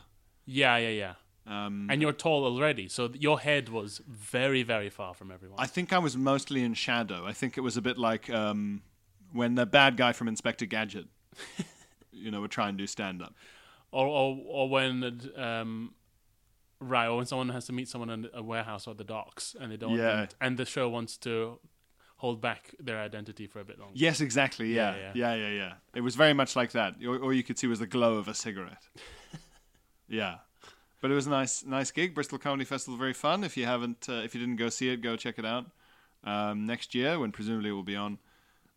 D: yeah, yeah, yeah.
C: Um,
D: And you're tall already, so th- your head was very, very far from everyone.
C: I think I was mostly in shadow. I think it was a bit like um, when the bad guy from Inspector Gadget, you know, would try and do stand up.
D: or, or, or when, uh, um, right, or when someone has to meet someone in a warehouse or the docks, and they don't, want
C: Yeah.
D: them t- and the show wants to hold back their identity for a bit longer.
C: Yes, exactly. Yeah.
D: Yeah,
C: Yeah, yeah, yeah. It was very much like that. All, all you could see was the glow of a cigarette. yeah, but it was a nice, nice gig. Bristol Comedy Festival, very fun. If you haven't, uh, if you didn't go see it, go check it out um, next year when presumably it will be on.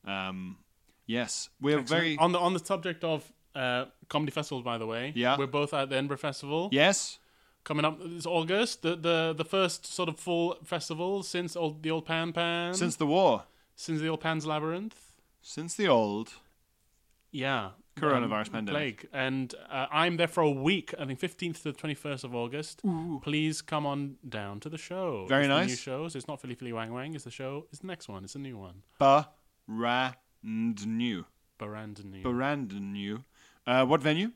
C: Um, yes, we are very.
D: On the on the subject of uh, comedy festivals, by the way,
C: Yeah.
D: we're both at the Edinburgh Festival.
C: yes,
D: coming up this August, the the, the first sort of full festival since old, the old Pan Pan,
C: since the war,
D: since the old Pan's Labyrinth.
C: since the old.
D: Yeah,
C: Coronavirus
D: um,
C: pandemic.
D: plague, and uh, I'm there for a week. I think 15th to the 21st of August. Please come on down to the show.
C: Very
D: It's the new
C: nice.
D: shows. It's not Philly Philly Wang Wang. It's the show. It's the next one. It's a new one.
C: Brand new,
D: Baranda new.
C: brand new. Uh, what venue?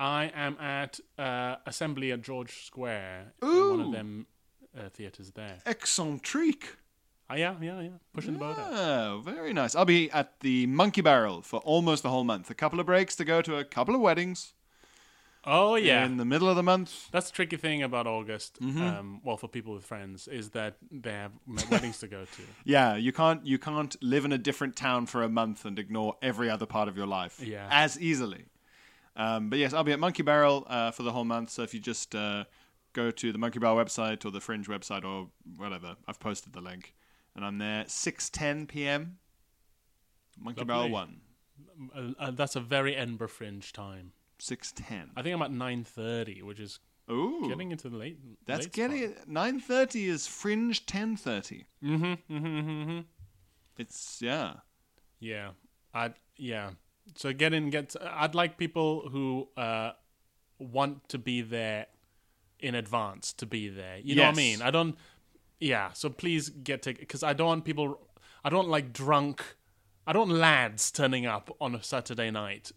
D: I am at uh, Assembly at George Square. In one of them uh, theaters there.
C: Excentrique.
D: Ah, yeah, yeah, yeah. Pushing the boat out.
C: Oh, very nice. I'll be at the Monkey Barrel for almost the whole month. A couple of breaks to go to a couple of weddings
D: Oh yeah.
C: in the middle of the month.
D: That's the tricky thing about August.
C: Mm-hmm.
D: Um, well, for people with friends, is that they have m- weddings to go to.
C: Yeah, you can't you can't live in a different town for a month and ignore every other part of your life
D: Yeah.
C: as easily. Um, but yes, I'll be at Monkey Barrel uh, for the whole month. So if you just uh, go to the Monkey Barrel website or the Fringe website or whatever, I've posted the link, and I'm there six ten p.m. Monkey Barrel
D: Lovely.
C: One
D: Uh, uh, that's a very Edinburgh Fringe time.
C: six ten.
D: I think I'm at nine thirty, which is
C: Ooh,
D: Getting into the late.
C: that's
D: late
C: getting
D: spot.
C: it. Nine thirty is fringe. Ten thirty. Mm-hmm. Mm-hmm. Mm-hmm. It's yeah.
D: Yeah, I yeah. So get in, get. I'd like people who uh, want to be there in advance to be there. You know what I
C: Yes.
D: mean? I don't. Yeah. So please get tickets because I don't want people. I don't like drunk. I don't lads turning up on a Saturday night,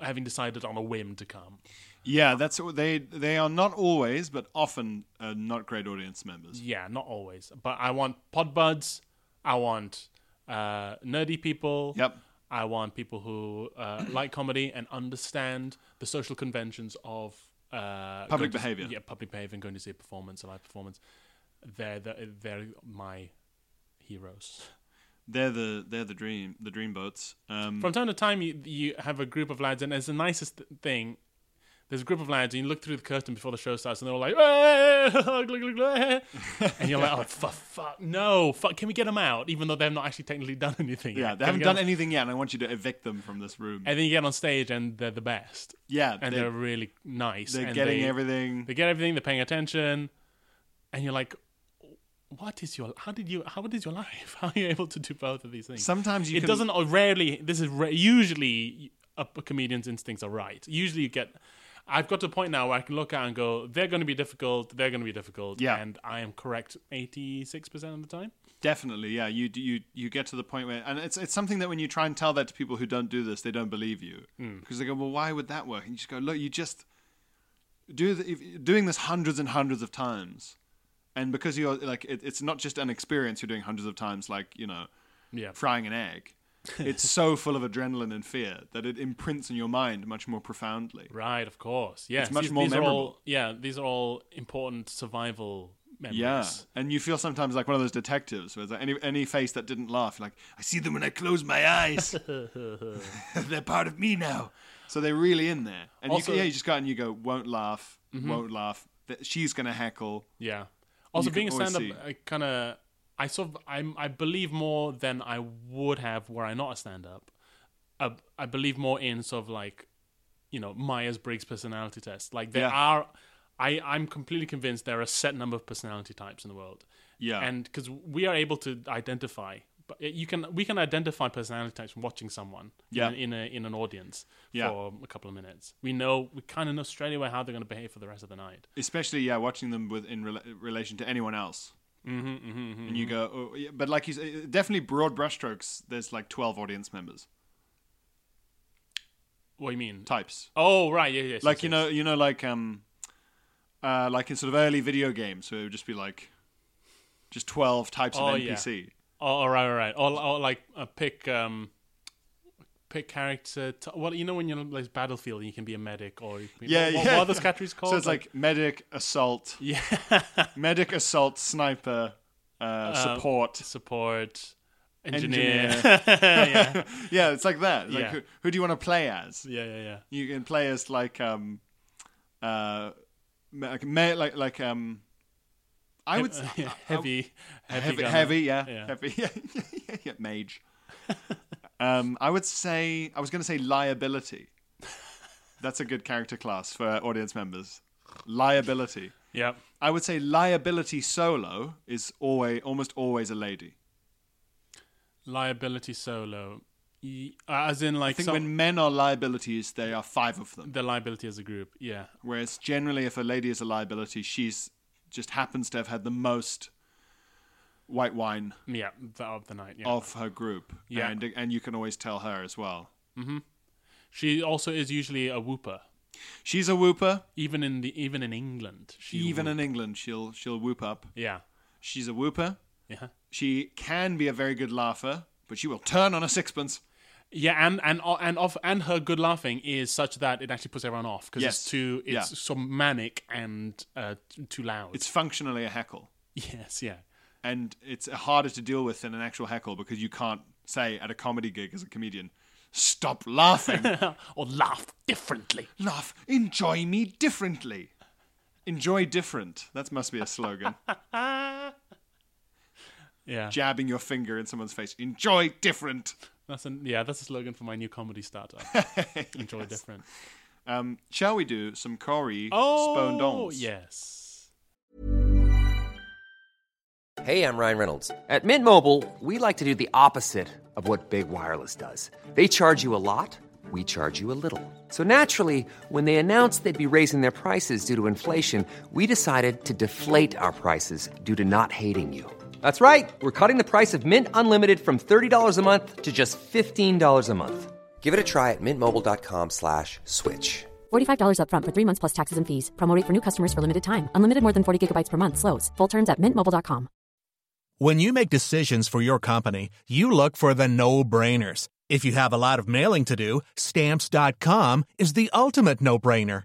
D: having decided on a whim to come.
C: Yeah, that's what they they are not always, but often uh, not great audience members.
D: Yeah, not always, but I want pod buds. I want uh, nerdy people.
C: Yep.
D: I want people who uh, like comedy and understand the social conventions of uh,
C: Public
D: going to-
C: behaviour.
D: yeah, public behavior and going to see a performance, a live performance. They're the, they're my heroes.
C: They're the they're the dream the dream boats. Um,
D: From time to time, you you have a group of lads, and it's the nicest thing. There's a group of lads, and you look through the curtain before the show starts, and they're all like, and you're like, oh, fuck, fuck, no, fuck, can we get them out? Even though they've not actually technically done anything.
C: yeah,
D: yet.
C: they
D: Can we
C: haven't
D: get
C: done
D: them-
C: anything yet, and I want you to evict them from this room.
D: And then you get on stage, and they're the best.
C: yeah,
D: and
C: they're,
D: they're, really nice.
C: they're
D: and
C: getting
D: they-
C: everything.
D: They get everything. They're paying attention, and you're like, "What is your? How did you? How is your life? How are you able to do both of these things?"
C: Sometimes you
D: it
C: can-
D: doesn't. Or rarely, this is ra- usually uh, a, a comedian's instincts are right. Usually, you get. I've got to a point now where I can look at and go, "They're going to be difficult. They're going to be difficult."
C: Yeah.
D: and I am correct eighty six percent of the time.
C: Definitely, yeah. You you you get to the point where, and it's it's something that when you try and tell that to people who don't do this, they don't believe you because they go, "Well, why would that work?" And you just go, "Look, you just do the, if, doing this hundreds and hundreds of times, and because you're like, it, it's not just an experience you're doing hundreds of times, like you know,
D: Yeah.
C: frying an egg. it's so full of adrenaline and fear that it imprints in your mind much more profoundly.
D: Right, of course. Yes,
C: much
D: these,
C: more
D: these are all
C: memorable.
D: yeah, these are all important survival memories.
C: Yeah, and you feel sometimes like one of those detectives where it's like any any face that didn't laugh, like I see them when I close my eyes. They're part of me now. So they're really in there, and
D: Also-
C: you, yeah, you just go out and you go, won't laugh, won't laugh. That she's gonna heckle.
D: Yeah. Also,
C: can
D: being a
C: always
D: stand-up,
C: see.
D: I kind of, I sort of, I'm, I believe more than I would have were I not a stand-up. I, I believe more in sort of like, you know, Myers Briggs personality test. Like there
C: Yeah.
D: are, I, I'm completely convinced there are a set number of personality types in the world.
C: Yeah.
D: And because we are able to identify, but you can, we can identify personality types from watching someone.
C: Yeah.
D: In, in a in an audience
C: Yeah.
D: for a couple of minutes. We know we kind of know straight away how they're going to behave for the rest of the night.
C: Especially yeah, watching them with in rela- relation to anyone else. Mm-hmm, mm-hmm, and you go, oh, yeah, but like you say, definitely broad brushstrokes. There's like twelve audience members
D: What do you mean?
C: types.
D: Oh right, yeah, yeah.
C: like you know you know like um uh like in sort of early video games so it would just be like just 12 types
D: Oh,
C: of
D: yeah.
C: npc
D: Oh, all right, all right. Or, or like uh, pick um, pick character. T- well, you know when you're like Battlefield, you can be a medic or you can,
C: yeah
D: What,
C: yeah
D: what are those categories called?
C: so it's like, medic assault
D: yeah,
C: medic assault sniper uh, support
D: support engineer.
C: engineer, yeah it's like that like
D: Yeah.
C: who, who do you want to play as
D: yeah, yeah, yeah.
C: you can play as like um uh ma- like ma- like, like um i would s-
D: Yeah, heavy, heavy,
C: heavy,
D: gunner.
C: heavy, yeah,
D: Yeah.
C: heavy, yeah, yeah, yeah, mage. um, I would say I was going to say liability. That's a good character class for audience members. Liability.
D: Yeah.
C: I would say liability solo is always almost always a lady.
D: Liability solo, Y- uh, as in like
C: I think
D: some,
C: when men are liabilities, they are five of them.
D: the liability as a group. Yeah,
C: Whereas generally, if a lady is a liability, she's just happens to have had the most white wine
D: yeah, the, of the night. Yeah.
C: of her group.
D: Yeah.
C: and and you can always tell her as well.
D: She also is usually a whooper.
C: She's a whooper.
D: Even in the even in England, she
C: even
D: whoop-
C: in England, she'll she'll whoop up.
D: yeah,
C: She's a whooper.
D: yeah.
C: She can be a very good laugher, but she will turn on a sixpence.
D: Yeah, and and and off and her good laughing is such that it actually puts everyone off because
C: Yes.
D: it's too it's
C: Yeah.
D: so manic and uh, t- too loud.
C: It's functionally a heckle,
D: yes, yeah,
C: and it's harder to deal with than an actual heckle because you can't say at a comedy gig as a comedian, "Stop laughing,
D: or laugh differently.
C: laugh, enjoy me differently." Enjoy different. That must be a slogan.
D: Yeah,
C: Jabbing your finger in someone's face. Enjoy different.
D: that's an, yeah that's a slogan for my new comedy startup. Enjoy different.
C: Um, shall we do some Corey
D: Oh,
C: Spondons?
D: yes.
E: Hey, I'm Ryan Reynolds.
A: At Mint Mobile, we like to do the opposite of what Big Wireless does. They charge you a lot, we charge you a little. So naturally, when they announced they'd be raising their prices due to inflation, we decided to deflate our prices due to not hating you. That's right. We're cutting the price of Mint Unlimited from $30 a month to just $15 a month.
E: Give it a try at mintmobile.com slash switch.
B: $45 upfront for three months plus taxes and fees. Promo rate for new customers for limited time. Unlimited more than 40 gigabytes per month. Slows. Full terms at mintmobile.com.
F: When you make decisions for your company, you look for the no brainers. If you have a lot of mailing to do, stamps.com is the ultimate no brainer.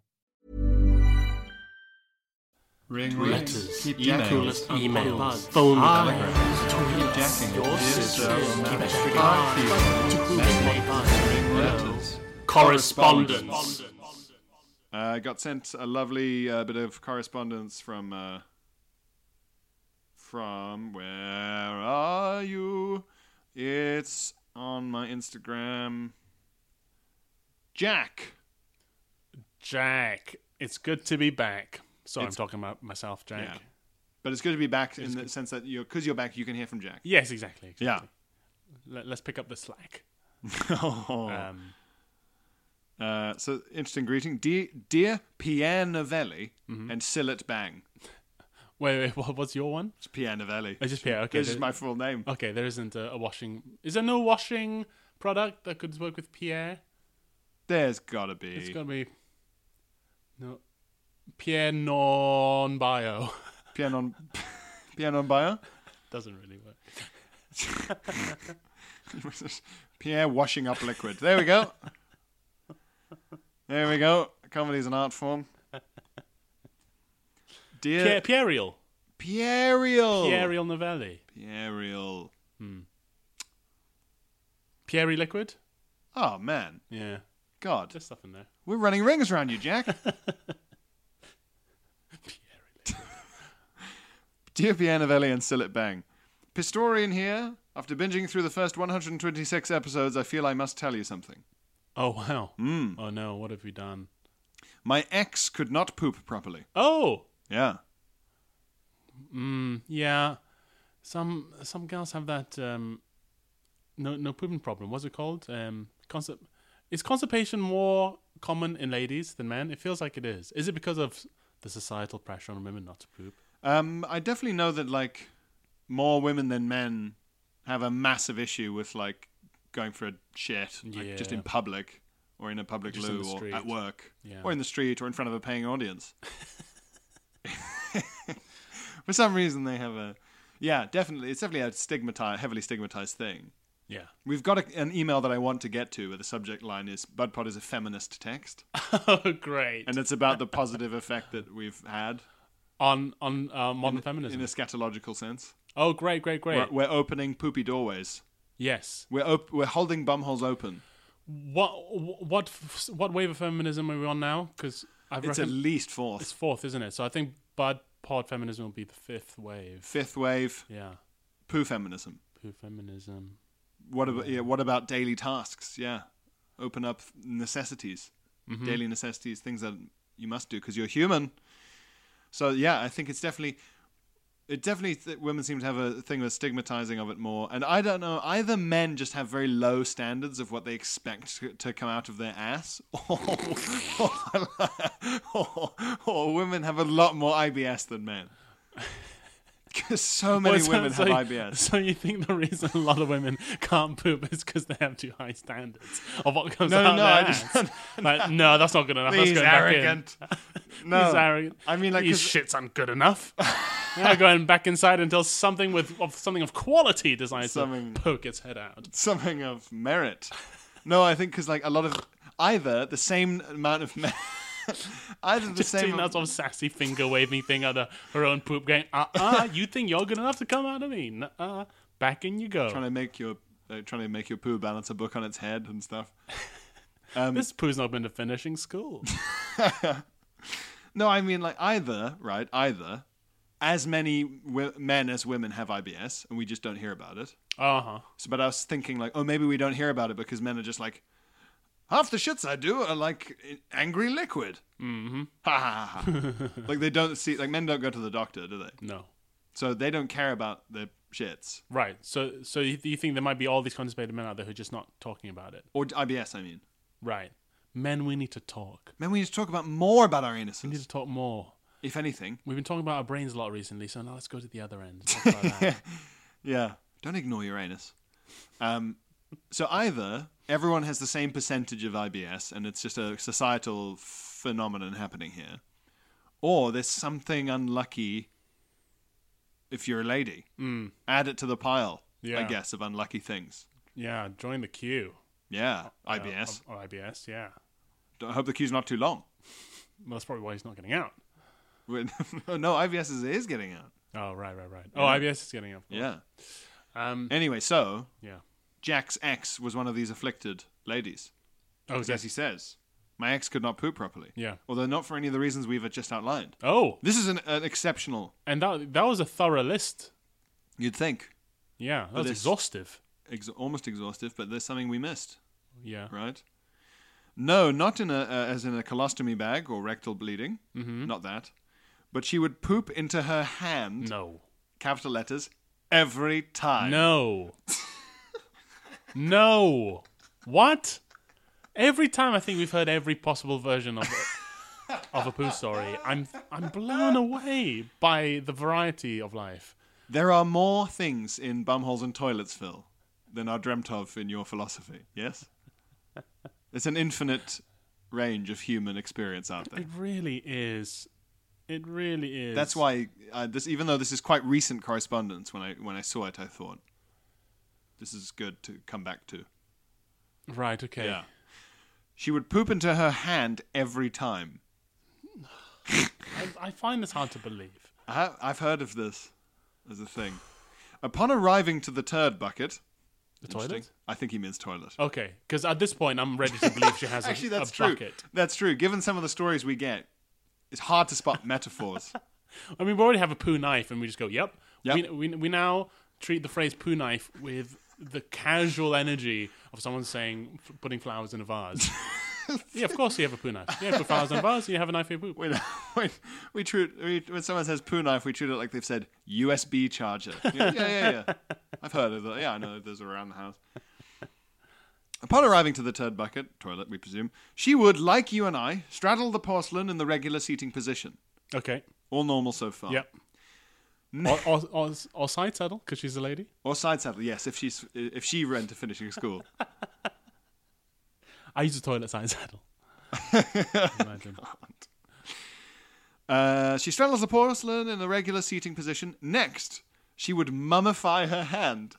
C: Ring, ring.
G: Letters,
C: Keep
G: emails,
C: jacking.
G: emails,
D: bugs,
G: phone
D: eyes,
G: calls,
C: Ah, Keep jacking.
G: tweets, your
C: Yes,
G: sisters,
C: sir.
G: keep
C: Now,
G: it
C: strike
G: hard.
C: fever.
G: Tickle
C: Mess
G: me,
C: with
G: bud.
C: ring letters.
G: Correspondence.
C: Uh, got sent a lovely uh, bit of correspondence from uh, from where are you? It's on my Instagram. Jack.
D: Jack, it's good to be back. Sorry, I'm talking about myself, Jack.
C: Yeah. But it's good to be back in the sense that you're because you're back, you can hear from Jack.
D: Yes, exactly.
C: Yeah.
D: exactly. Let, let's pick up the slack.
C: oh.
D: Um,
C: uh, so interesting greeting, dear, dear Pierre Novelli
D: Mm-hmm.
C: and Sillet Bang.
D: wait, wait, what, what's your one?
C: It's Pierre Novelli.
D: It's just Pierre. Okay,
C: This
D: there-
C: is my full name.
D: Okay, there isn't a, a washing. Is there no washing product that could work with Pierre?
C: There's gotta be.
D: It's gotta be no Pierre non bio.
C: Pierre non. Pierre non Bayer.
D: Doesn't really work.
C: Pierre washing up liquid. There we go. There we go. Comedy's an art form.
D: Pierre, Oh.
C: Dear
D: Pierreal.
C: Pierreal.
D: Pierreal Novelli.
C: Pierreal.
D: Pierre liquid.
C: Oh man,
D: Yeah,
C: God,
D: there's stuff in there.
C: we're running rings around you, Jack. Dear Pianovelli and Sillet Bang, Pistorian here. After binging through the first 126 episodes, I feel I must tell you something.
D: Oh wow. Oh no, what have we done?
C: My ex could not poop properly.
D: Oh
C: Yeah.
D: mm, yeah. Some some girls have that um, no no pooping problem. What's it called? Um, constip- is constipation more common in ladies than men? It feels like it is. Is it because of the societal pressure on women not to poop?
C: Um, I definitely know that like more women than men have a massive issue with like going for a shit, like, just
D: Yeah.
C: in public or in a public
D: Just in
C: loo
D: the
C: or
D: street.
C: at work
D: Yeah.
C: or in the street or in front of a paying audience. for some reason, they have a yeah, definitely. It's definitely a stigmatized, heavily stigmatized thing.
D: Yeah.
C: We've got a, an email that I want to get to where the subject line is "Budpod is a feminist text,"
D: Oh, great.
C: and it's about the positive effect that we've had
D: on on uh, modern feminism.
C: in a scatological sense.
D: oh, great, great, great.
C: We're, we're opening poopy doorways.
D: yes.
C: We're op- we're holding bumholes open.
D: What what f- what wave of feminism are we on now? Because I've
C: It's
D: reckon
C: at least
D: it's
C: fourth,
D: fourth, isn't it? So I think bud pod feminism will be the fifth wave.
C: fifth wave
D: Yeah.
C: poo feminism.
D: Poo feminism.
C: What about yeah, what about daily tasks? Yeah, open up necessities, daily necessities, things that you must do because you're human. So yeah, I think it's definitely. It definitely th- women seem to have a thing with stigmatizing of it more, and I don't know. Either men just have very low standards of what they expect to- to come out of their ass, or, or, or women have a lot more IBS than men. Because so many
D: Well, so-
C: women
D: so,
C: have IBS.
D: So you think the reason a lot of women can't poop is because they have too high standards of what comes
C: No,
D: out
C: no, I
D: of
C: just-
D: their ass? Like, no, that's not good enough. That's
C: He's
D: going back in.
C: arrogant. No,
D: He's arrogant.
C: I mean, like,
D: these
C: 'cause-
D: shits aren't good enough. now going back inside until something with of something of quality decides
C: Something-
D: to poke its head out.
C: something of merit. No, I think because like a lot of either the same amount of men, either the
D: Just
C: same.
D: doing that sort of sassy finger waving thing out of her own "Uh-uh, poop, going, "Uh, uh you think you're good enough to come out of me? Uh, back in you go."
C: trying to make your They're trying to make your poo balance a book on its head and stuff.
D: this poo's not been to finishing school.
C: No, I mean like either, right? Either as many w- men as women have IBS, and we just don't hear about it.
D: Uh huh.
C: So, but I was thinking like, oh, maybe we don't hear about it because men are just like half the shits I do are like angry liquid. Mm-hmm. Ha ha ha. ha. like they don't see like men don't go to the doctor, do they?
D: No.
C: So they don't care about their shits
D: Right. So so you, you think there might be all these constipated men out there who are just not talking about it.
C: or IBS. I mean,
D: Right. Men, we need to talk.
C: men, we need to talk about more about our
D: We need
C: innocence,
D: to talk more.
C: if anything.
D: We've been talking about our brains a lot recently, so now let's go to the other end. and Talk about that.
C: Yeah. Don't ignore your anus. Um, so either everyone has the same percentage of IBS and it's just a societal phenomenon happening here, or there's something unlucky if you're a lady. Mm. Add it to the pile, I
D: Yeah.
C: guess, of unlucky things.
D: yeah, join the queue.
C: Yeah, IBS.
D: Or IBS, yeah.
C: I hope the queue's not too long.
D: Well, that's probably why he's not getting out.
C: no, IBS is, is getting out.
D: Oh, right, right, right. Oh, IBS is getting out.
C: Yeah.
D: Um,
C: Anyway, so
D: yeah.
C: Jack's ex was one of these afflicted ladies.
D: Oh, is
C: Because as
D: that,
C: he says, my ex could not poop properly.
D: Yeah.
C: Although not for any of the reasons we've just outlined.
D: oh,
C: This is an, an exceptional,
D: and that that was a thorough list.
C: you'd think,
D: Yeah, that was
C: it's-
D: exhaustive.
C: ex- almost exhaustive, but there's something we missed,
D: Yeah.
C: right? No, not in a uh, as in a colostomy bag or rectal bleeding. Mm-hmm. Not that. But she would poop into her hand,
D: No.
C: capital letters, every time.
D: No. no. What? Every time I think we've heard every possible version of of a poo story, I'm I'm blown away by the variety of life.
C: There are more things in bumholes and toilets, Phil, than are dreamt of in your philosophy. Yes? it's an infinite range of human experience out there.
D: It really is. It really is.
C: That's why uh, this, even though this is quite recent correspondence, when I when I saw it, I thought this is good to come back to.
D: Right. Okay.
C: Yeah. She would poop into her hand every time.
D: I, I find this hard to believe.
C: I ha- I've heard of this as a thing. Upon arriving to the turd bucket,
D: The
C: interesting,
D: toilet.
C: I think he means toilet.
D: Okay. Because at this point, I'm ready to believe she has a,
C: Actually, that's
D: a
C: true.
D: bucket.
C: That's true. Given some of the stories we get, it's hard to spot metaphors.
D: I mean, we already have a poo knife, and we just go, "Yep."
C: Yep.
D: We, we we now treat the phrase poo knife with the casual energy of someone saying f- putting flowers in a vase. yeah, of course you have a poo knife. Yeah, put flowers in a vase. You have a knife for your poo.
C: When, when we treat we, when someone says poo knife, we treat it like they've said USB charger. Yeah, yeah, yeah. yeah. I've heard of that. Yeah, I know those are around the house. Upon arriving to the turd bucket toilet, we presume she would, like you and I, straddle the porcelain in the regular seating position.
D: Okay.
C: All normal so far.
D: Yep. or, or, or, or side saddle because she's a lady.
C: Or side saddle. Yes, if she's if she ran to finishing school.
D: I use a toilet side saddle. Imagine.
C: Uh, she straddles the porcelain in the regular seating position. Next, she would mummify her hand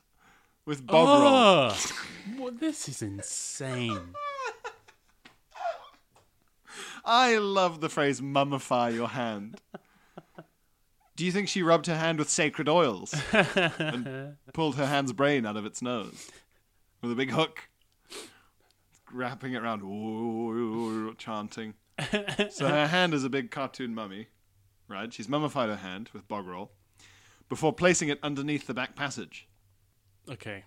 C: with bob roll.
D: Oh, well, this is insane.
C: I love the phrase mummify your hand. Do you think she rubbed her hand with sacred oils and pulled her hand's brain out of its nose with a big hook? Wrapping it around, "Ooh," chanting. So her hand is a big cartoon mummy, right? She's mummified her hand with bog roll before placing it underneath the back passage.
D: Okay.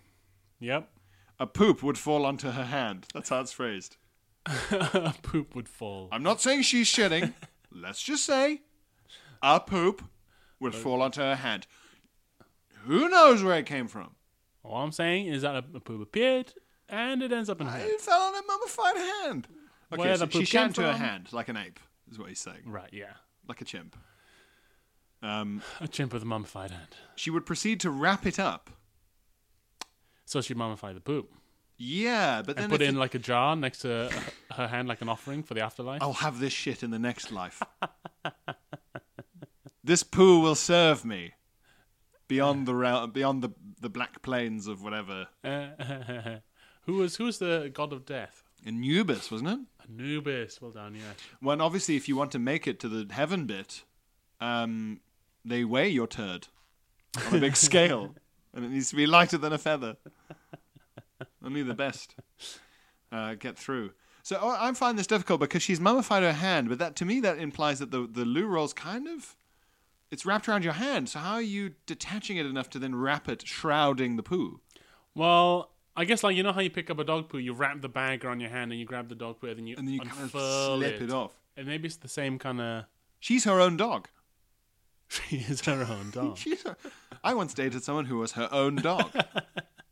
D: Yep.
C: A poop would fall onto her hand. That's how it's phrased.
D: a poop would fall.
C: I'm not saying she's shitting. Let's just say a poop would fall onto her hand. Who knows where it came from?
D: All I'm saying is that a, a poop appeared and it ends up in her.
C: It fell on a mummified hand. Okay,
D: Where
C: so
D: the
C: she
D: poop
C: shat
D: came
C: into her
D: from?
C: hand like an ape, is what he's saying,
D: Right, yeah.
C: like a chimp. Um,
D: A chimp with a mummified hand.
C: she would proceed to wrap it up.
D: So she mummified the poop
C: Yeah, but then
D: and put it
C: if
D: in
C: it-
D: like a jar next to her hand, like an offering for the afterlife.
C: I'll have this shit in the next life. this poo will serve me beyond the rel- beyond the the black plains of whatever
D: Uh, who was who was the god of death?
C: Anubis, wasn't it?
D: Anubis. Well done, yeah.
C: Well, obviously, if you want to make it to the heaven bit, um, they weigh your turd on a big scale, and it needs to be lighter than a feather. Only the best uh, get through. So oh, I find this difficult because she's mummified her hand, but that to me that implies that the the loo roll's kind of it's wrapped around your hand. So how are you detaching it enough to then wrap it, shrouding the poo?
D: Well, I guess like you know how you pick up a dog poo, you wrap the bag around your hand and you grab the dog poo, and then you
C: And then you kind
D: unfurl
C: of slip it off.
D: And maybe it's the same kind of.
C: She's her own dog.
D: She is her own dog.
C: She's her- I once dated someone who was her own dog.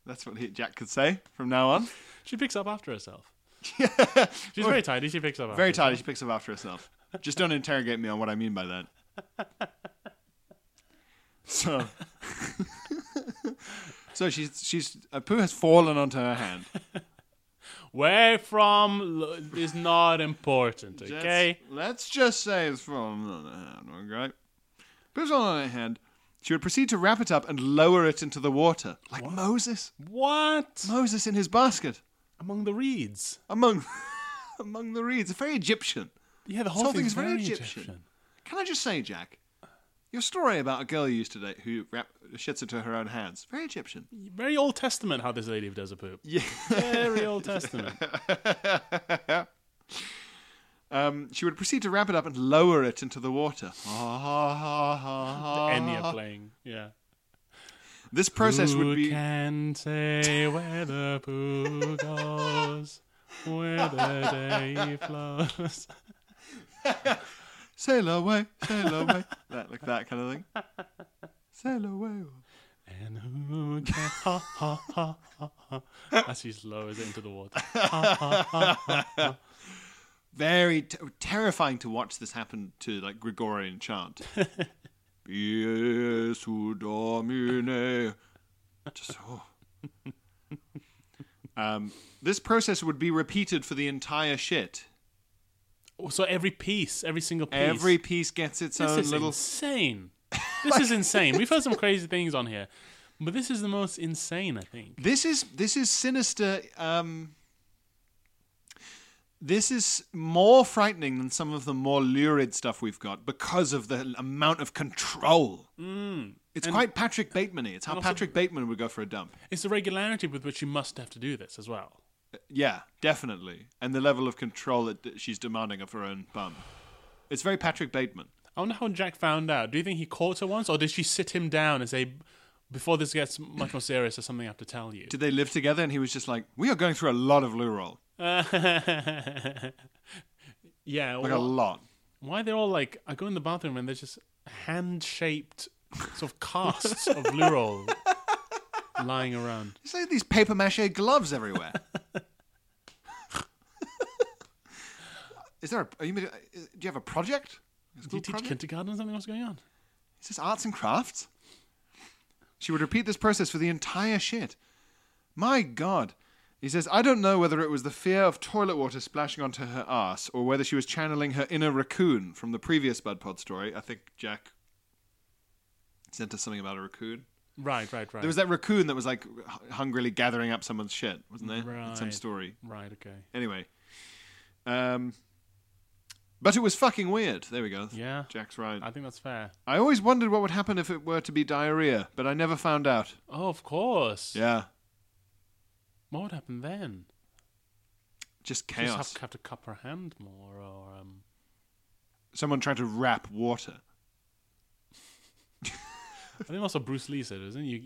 C: That's what he, Jack could say from now on.
D: she picks up after herself. She's very tidy. She picks up. After
C: Very tidy. She picks up after herself. Just don't interrogate me on what I mean by that. So, so she's she's a poo has fallen onto her hand.
D: Where from lo- is not important.
C: Let's-
D: Okay.
C: Let's, just say it's fallen on her hand. Okay. Poo's fallen on her hand. She would proceed to wrap it up and lower it into the water, like Moses.
D: What
C: Moses in his basket
D: among the reeds?
C: among among the reeds. It's very Egyptian.
D: Yeah, the
C: This
D: whole,
C: whole
D: thing
C: thing's
D: is
C: very
D: very
C: Egyptian.
D: Egyptian.
C: Can I just say, Jack, your story about a girl you used to date who wrap, shits into her own hands, very Egyptian.
D: Very Old Testament. How this lady does a poop. Yeah. Very Old Testament.
C: Um, she would proceed to wrap it up and lower it into the water.
D: Enya playing. Yeah.
C: This process would
D: Who
C: be.
D: can say where the poo goes, where the day flows?
C: Sail away, sail away. that, like that kind of thing. Sail away.
D: And who can ha ha ha ha ha? As she lowers it into the water.
C: Very t- terrifying to watch this happen to like Gregorian chant. Jesu Domine. Just, oh. um, this process would be repeated for the entire shit.
D: Oh, So every piece, every single piece.
C: Every piece gets its
D: this
C: own
D: is
C: little.
D: insane. This is insane. We've heard some crazy things on here, but this is the most insane. I think.
C: This is this is sinister. Um, this is more frightening than some of the more lurid stuff we've got because of the amount of control. It's quite Patrick Bateman-y. It's how Patrick Bateman would go for a dump.
D: It's the regularity with which you must have to do this as well.
C: Yeah, definitely. And the level of control that that she's demanding of her own bum. It's very Patrick Bateman.
D: I wonder how Jack found out. Do you think he caught her once, or did she sit him down and say, "Before this gets much more serious, there's something I have to tell you"?
C: Did they live together? And he was just like, "We are going through a lot of loo roll,
D: yeah.
C: like
D: wh-
C: a lot."
D: why they're all like? I go in the bathroom and there's just hand-shaped sort of casts of blue roll lying around.
C: It's like these paper mache gloves everywhere. is there a? Are you, do you have a project? A
D: Do
C: school
D: you teach
C: project?
D: kindergarten or something? What's going on?
C: Is this arts and crafts? She would repeat this process for the entire shit. My God. He says, I don't know whether it was the fear of toilet water splashing onto her ass or whether she was channeling her inner raccoon from the previous Bud Pod story. I think Jack sent us something about a raccoon.
D: Right, right, right.
C: There was that raccoon that was like h- hungrily gathering up someone's shit, wasn't there? In some
D: Right.
C: story.
D: Right. Okay.
C: Anyway. Um, but it was fucking weird. There we go.
D: Yeah.
C: Jack's right.
D: I think that's fair.
C: I always wondered what would happen if it were to be diarrhea, but I never found out.
D: Oh, of course.
C: Yeah,
D: What would happen then?
C: just
D: Just
C: chaos.
D: have, have to cup her hand more, or um,
C: Someone trying to wrap water.
D: I think also Bruce Lee said, isn't it? you?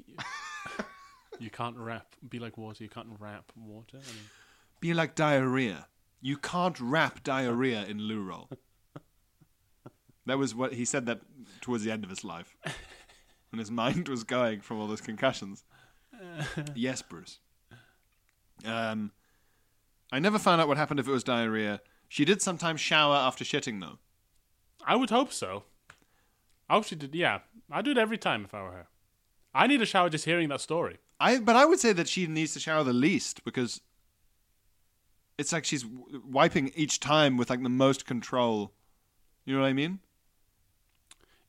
D: You can't wrap, be like water. You can't wrap water. I mean,
C: Be like diarrhea. You can't wrap diarrhea in loo roll. That was what he said that towards the end of his life, when his mind was going from all those concussions. yes, Bruce. Um, I never found out what happened if it was diarrhea. She did sometimes shower after shitting, though.
D: I would hope so. I hope she did. Yeah, I'd do it every time if I were her. I need a shower just hearing that story.
C: I but I would say that she needs to shower the least because it's like she's w- wiping each time with like the most control. You know what I mean?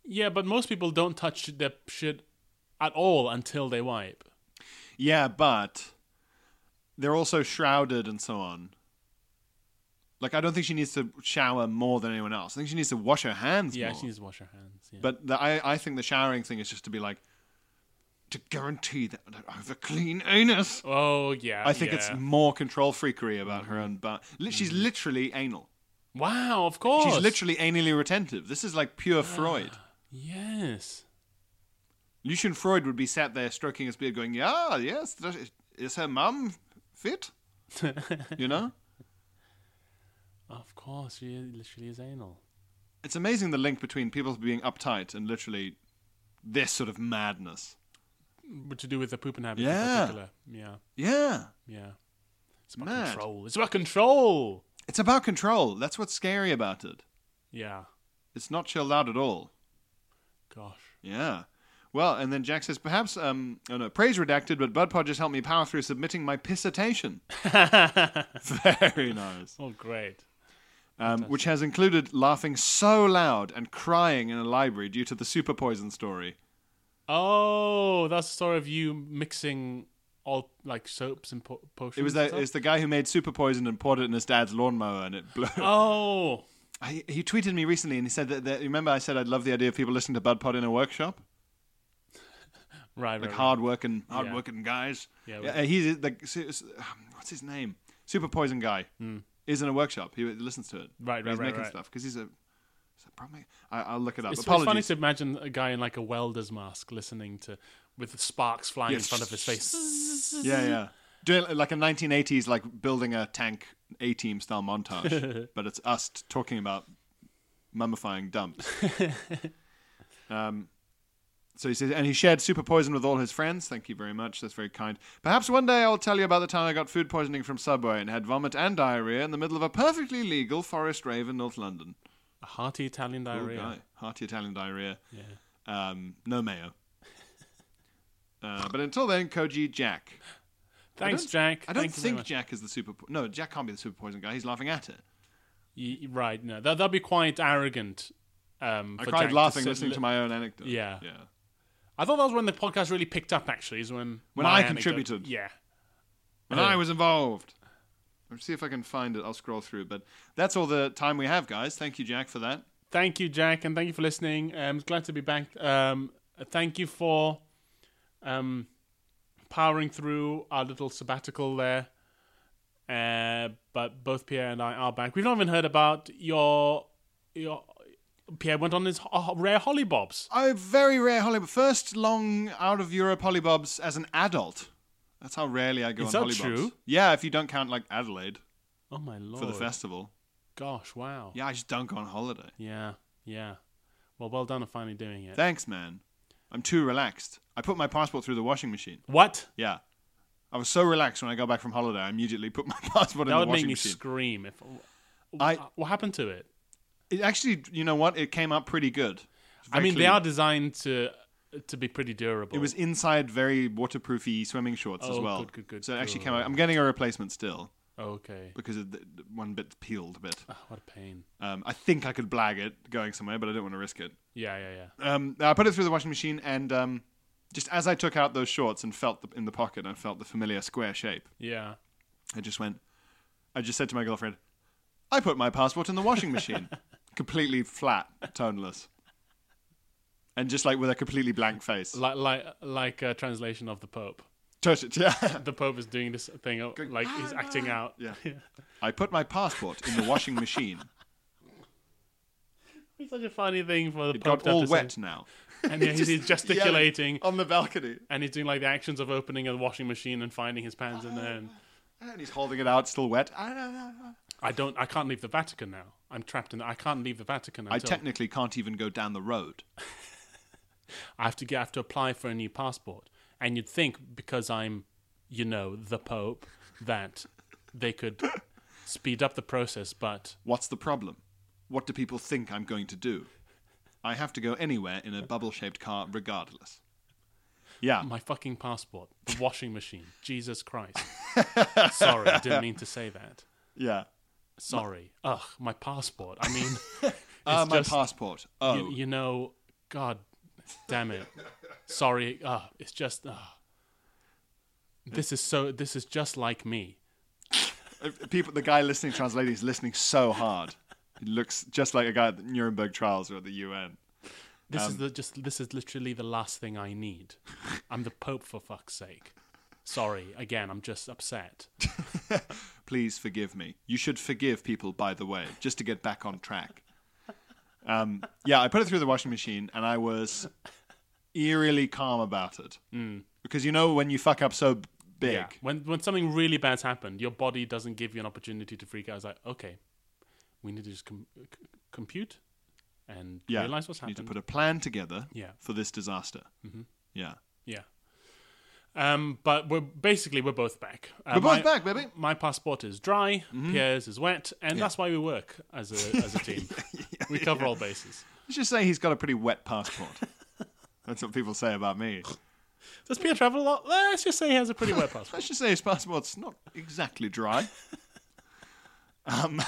D: Yeah, but most people don't touch their shit at all until they wipe.
C: Yeah, but they're also shrouded and so on. Like I don't think she needs to shower more than anyone else. I think she needs to wash her hands
D: Yeah,
C: more.
D: she needs to wash her hands. Yeah.
C: But the, I I think the showering thing is just to be like to guarantee that I have a clean anus.
D: Oh yeah.
C: I think
D: yeah. Mm-hmm.
C: it's more control freakery about her own butt. Li- She's literally anal.
D: wow. Of course. Ah.
C: She's literally anally retentive. This is like pure Freud.
D: yes.
C: Lucian Freud would be sat there stroking his beard, going, "Yeah, yes, that- is her mum fit?" you know,
D: Of course, she literally is anal.
C: it's amazing the link between people being uptight and literally this sort of madness.
D: But to do with the pooping habits in
C: Yeah.
D: particular. Yeah.
C: Yeah,
D: Yeah. It's about
C: Mad.
D: control. It's about control.
C: it's about control. That's what's scary about it.
D: Yeah.
C: It's not chilled out at all.
D: Gosh.
C: Yeah. Well, and then Jack says, perhaps, um, oh no, praise redacted, but Bud Podge has helped me power through submitting my pissetation. Very nice.
D: Oh, great.
C: Um, which has included laughing so loud and crying in a library due to the super poison story.
D: Oh, that's the story of you mixing all like soaps and po- potions.
C: It was
D: and
C: the,
D: stuff?
C: it's the guy who made super poison and poured it in his dad's lawnmower and it blew.
D: Oh,
C: I, he tweeted me recently and he said that, that, remember I said I'd love the idea of people listening to Bud Pod in a workshop?
D: right,
C: like
D: right,
C: hard working, hard working guys.
D: Yeah,
C: Yeah,
D: well-
C: uh, he's like, s- s- um, what's his name? Super Poison guy is in a workshop. He listens to it.
D: Hmm. Right, right,
C: he's
D: right,
C: making
D: right.
C: stuff because he's a. Is that probably, I, I'll look it up.
D: It's, it's funny
C: Apologies.
D: to imagine a guy in like a welder's mask listening to with sparks flying in
C: Yes.
D: front of his face.
C: yeah, yeah. Doing like a 1980s, like building a tank A team style montage, but it's us t- talking about mummifying dumps. um, so he says, and he shared super poison with all his friends. Thank you very much. That's very kind. Perhaps one day I'll tell you about the time I got food poisoning from Subway and had vomit and diarrhea in the middle of a perfectly legal forest rave in North London.
D: A hearty Italian
C: Ooh,
D: diarrhea.
C: guy. Hearty Italian diarrhea. Yeah. Um, no mayo. Uh, but until then, Koji Jack.
D: Thanks,
C: I don't-
D: Jack.
C: I don't
D: Thank you very
C: think
D: much.
C: Jack is the super. Po- no, Jack can't be the super poison guy. He's laughing at it.
D: Y- y- right, no, that that'd be quite arrogant. Um,
C: I
D: for
C: cried
D: Jack to
C: laughing
D: sit-
C: listening to my own anecdote.
D: Yeah.
C: yeah.
D: I thought that was when the podcast really picked up. Actually, is when
C: When
D: my
C: I
D: anecdote-
C: contributed.
D: Yeah,
C: When I was involved. Let's see if I can find it. I'll scroll through. But that's all the time we have, guys. Thank you, Jack, for that.
D: thank you, Jack, and thank you for listening. Um, it's glad to be back. Um, thank you for um, powering through our little sabbatical there. Uh, but both Pierre and I are back. We've not even heard about your your Pierre went on his ho- rare hollybobs.
C: I very rare Hollybob. First long out of Europe Hollybobs as an adult. That's how rarely I go
D: Is
C: on
D: that
C: Hollybobs.
D: true?
C: Yeah, if you don't count like Adelaide
D: Oh my lord!
C: for the festival.
D: Gosh, wow.
C: Yeah, I just don't go on holiday.
D: yeah, yeah. Well, well done on finally doing it.
C: Thanks, man. I'm too relaxed. I put my passport through the washing machine.
D: what?
C: Yeah. I was so relaxed when I got back from holiday. I immediately put my passport in
D: That
C: the
D: would make
C: washing
D: me
C: machine.
D: scream. If uh,
C: I-
D: what happened to it?
C: it actually, you know what? It came up pretty good. It's
D: I
C: very
D: mean, they
C: clean.
D: are designed to to be pretty durable.
C: It was inside very waterproofy swimming shorts as
D: Oh,
C: well.
D: good, good, good,
C: So it actually
D: good.
C: came out. I'm getting a replacement still
D: Oh, okay.
C: because of the, the one bit peeled a bit.
D: Ah, what a pain.
C: Um, I think I could blag it going somewhere, but I don't want to risk it.
D: Yeah, yeah, yeah.
C: Um, I put it through the washing machine, and um, just as I took out those shorts and felt the, in the pocket, I felt the familiar square shape.
D: Yeah.
C: I just went. I just said to my girlfriend, "I put my passport in the washing machine, completely flat, toneless, and just like with a completely blank face."
D: Like like like a translation of the Pope.
C: Touch it, yeah.
D: The Pope is doing this thing uh, like he's acting out.
C: yeah. I put my passport in the washing machine.
D: It's such a funny thing for the
C: It
D: Pope
C: got
D: to have
C: all
D: to
C: wet
D: say.
C: now.
D: And he's, he's gesticulating
C: Yelling on the balcony,
D: and he's doing like the actions of opening a washing machine and finding his pants in there. And
C: and he's holding it out, still wet.
D: I don't. I can't leave the Vatican now. I'm trapped in. The, I can't leave the Vatican. Until
C: I technically can't even go down the road.
D: I have to get, I have to apply for a new passport. And you'd think because I'm, you know, the Pope, that they could speed up the process, but
C: What's the problem? What do people think I'm going to do? I have to go anywhere in a bubble-shaped car, regardless. Yeah.
D: my fucking passport, the washing machine, Jesus Christ. Sorry, I didn't mean to say that.
C: Yeah.
D: Sorry. Ugh, my passport. I mean,
C: Uh,
D: It's
C: my
D: just-
C: passport. Oh,
D: you, you know, God damn it. Sorry. Uh, it's just. Uh, this is so. This is just like me.
C: people. The guy listening, translating, is listening so hard. He looks just like a guy at the Nuremberg trials or at the UN.
D: This is the just this is literally the last thing I need. I'm the Pope for fuck's sake. Sorry, again, I'm just upset.
C: Please forgive me. You should forgive people, by the way, just to get back on track. Um, yeah, I put it through the washing machine and I was eerily calm about it. Mm. Because you know, when you fuck up so big,
D: Yeah. When when something really bad's happened, your body doesn't give you an opportunity to freak out. It's like, okay, we need to just com- c- compute and
C: yeah,
D: realize what's
C: you need
D: happened.
C: to put a plan together
D: Yeah. Mm-hmm.
C: for this disaster. Yeah.
D: yeah. Um, but we're basically we're both back. Uh,
C: We're both
D: my-
C: back, Mm-hmm. baby.
D: My passport is dry. Pierre's is wet, and that's why we work as a as a team. we cover all bases.
C: Let's just say he's got a pretty wet passport. That's what people say about me.
D: Does Pierre travel a lot? Let's just say he has a pretty wet passport.
C: Let's just say his passport's not exactly dry. um,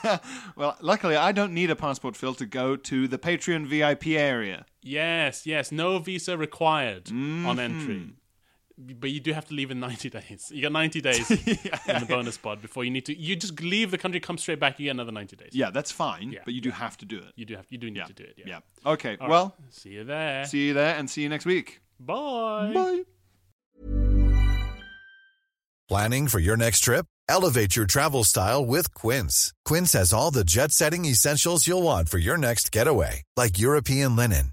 C: well, luckily, I don't need a passport fill to go to the Patreon VIP area.
D: Yes, yes. No visa required
C: Mm-hmm.
D: on entry. But you do have to leave in 90 days. You got 90 days in the bonus pod before you need to. You just leave the country, come straight back, you get another 90 days.
C: Yeah, that's fine,
D: Yeah.
C: but you do have to do it.
D: You do have. You do need
C: yeah.
D: to do it. Yeah.
C: yeah. Okay, well,
D: See you there.
C: see you there and see you next week.
D: Bye.
C: Bye.
H: Planning for your next trip? Elevate your travel style with Quince. Quince has all the jet setting essentials you'll want for your next getaway, like European linen,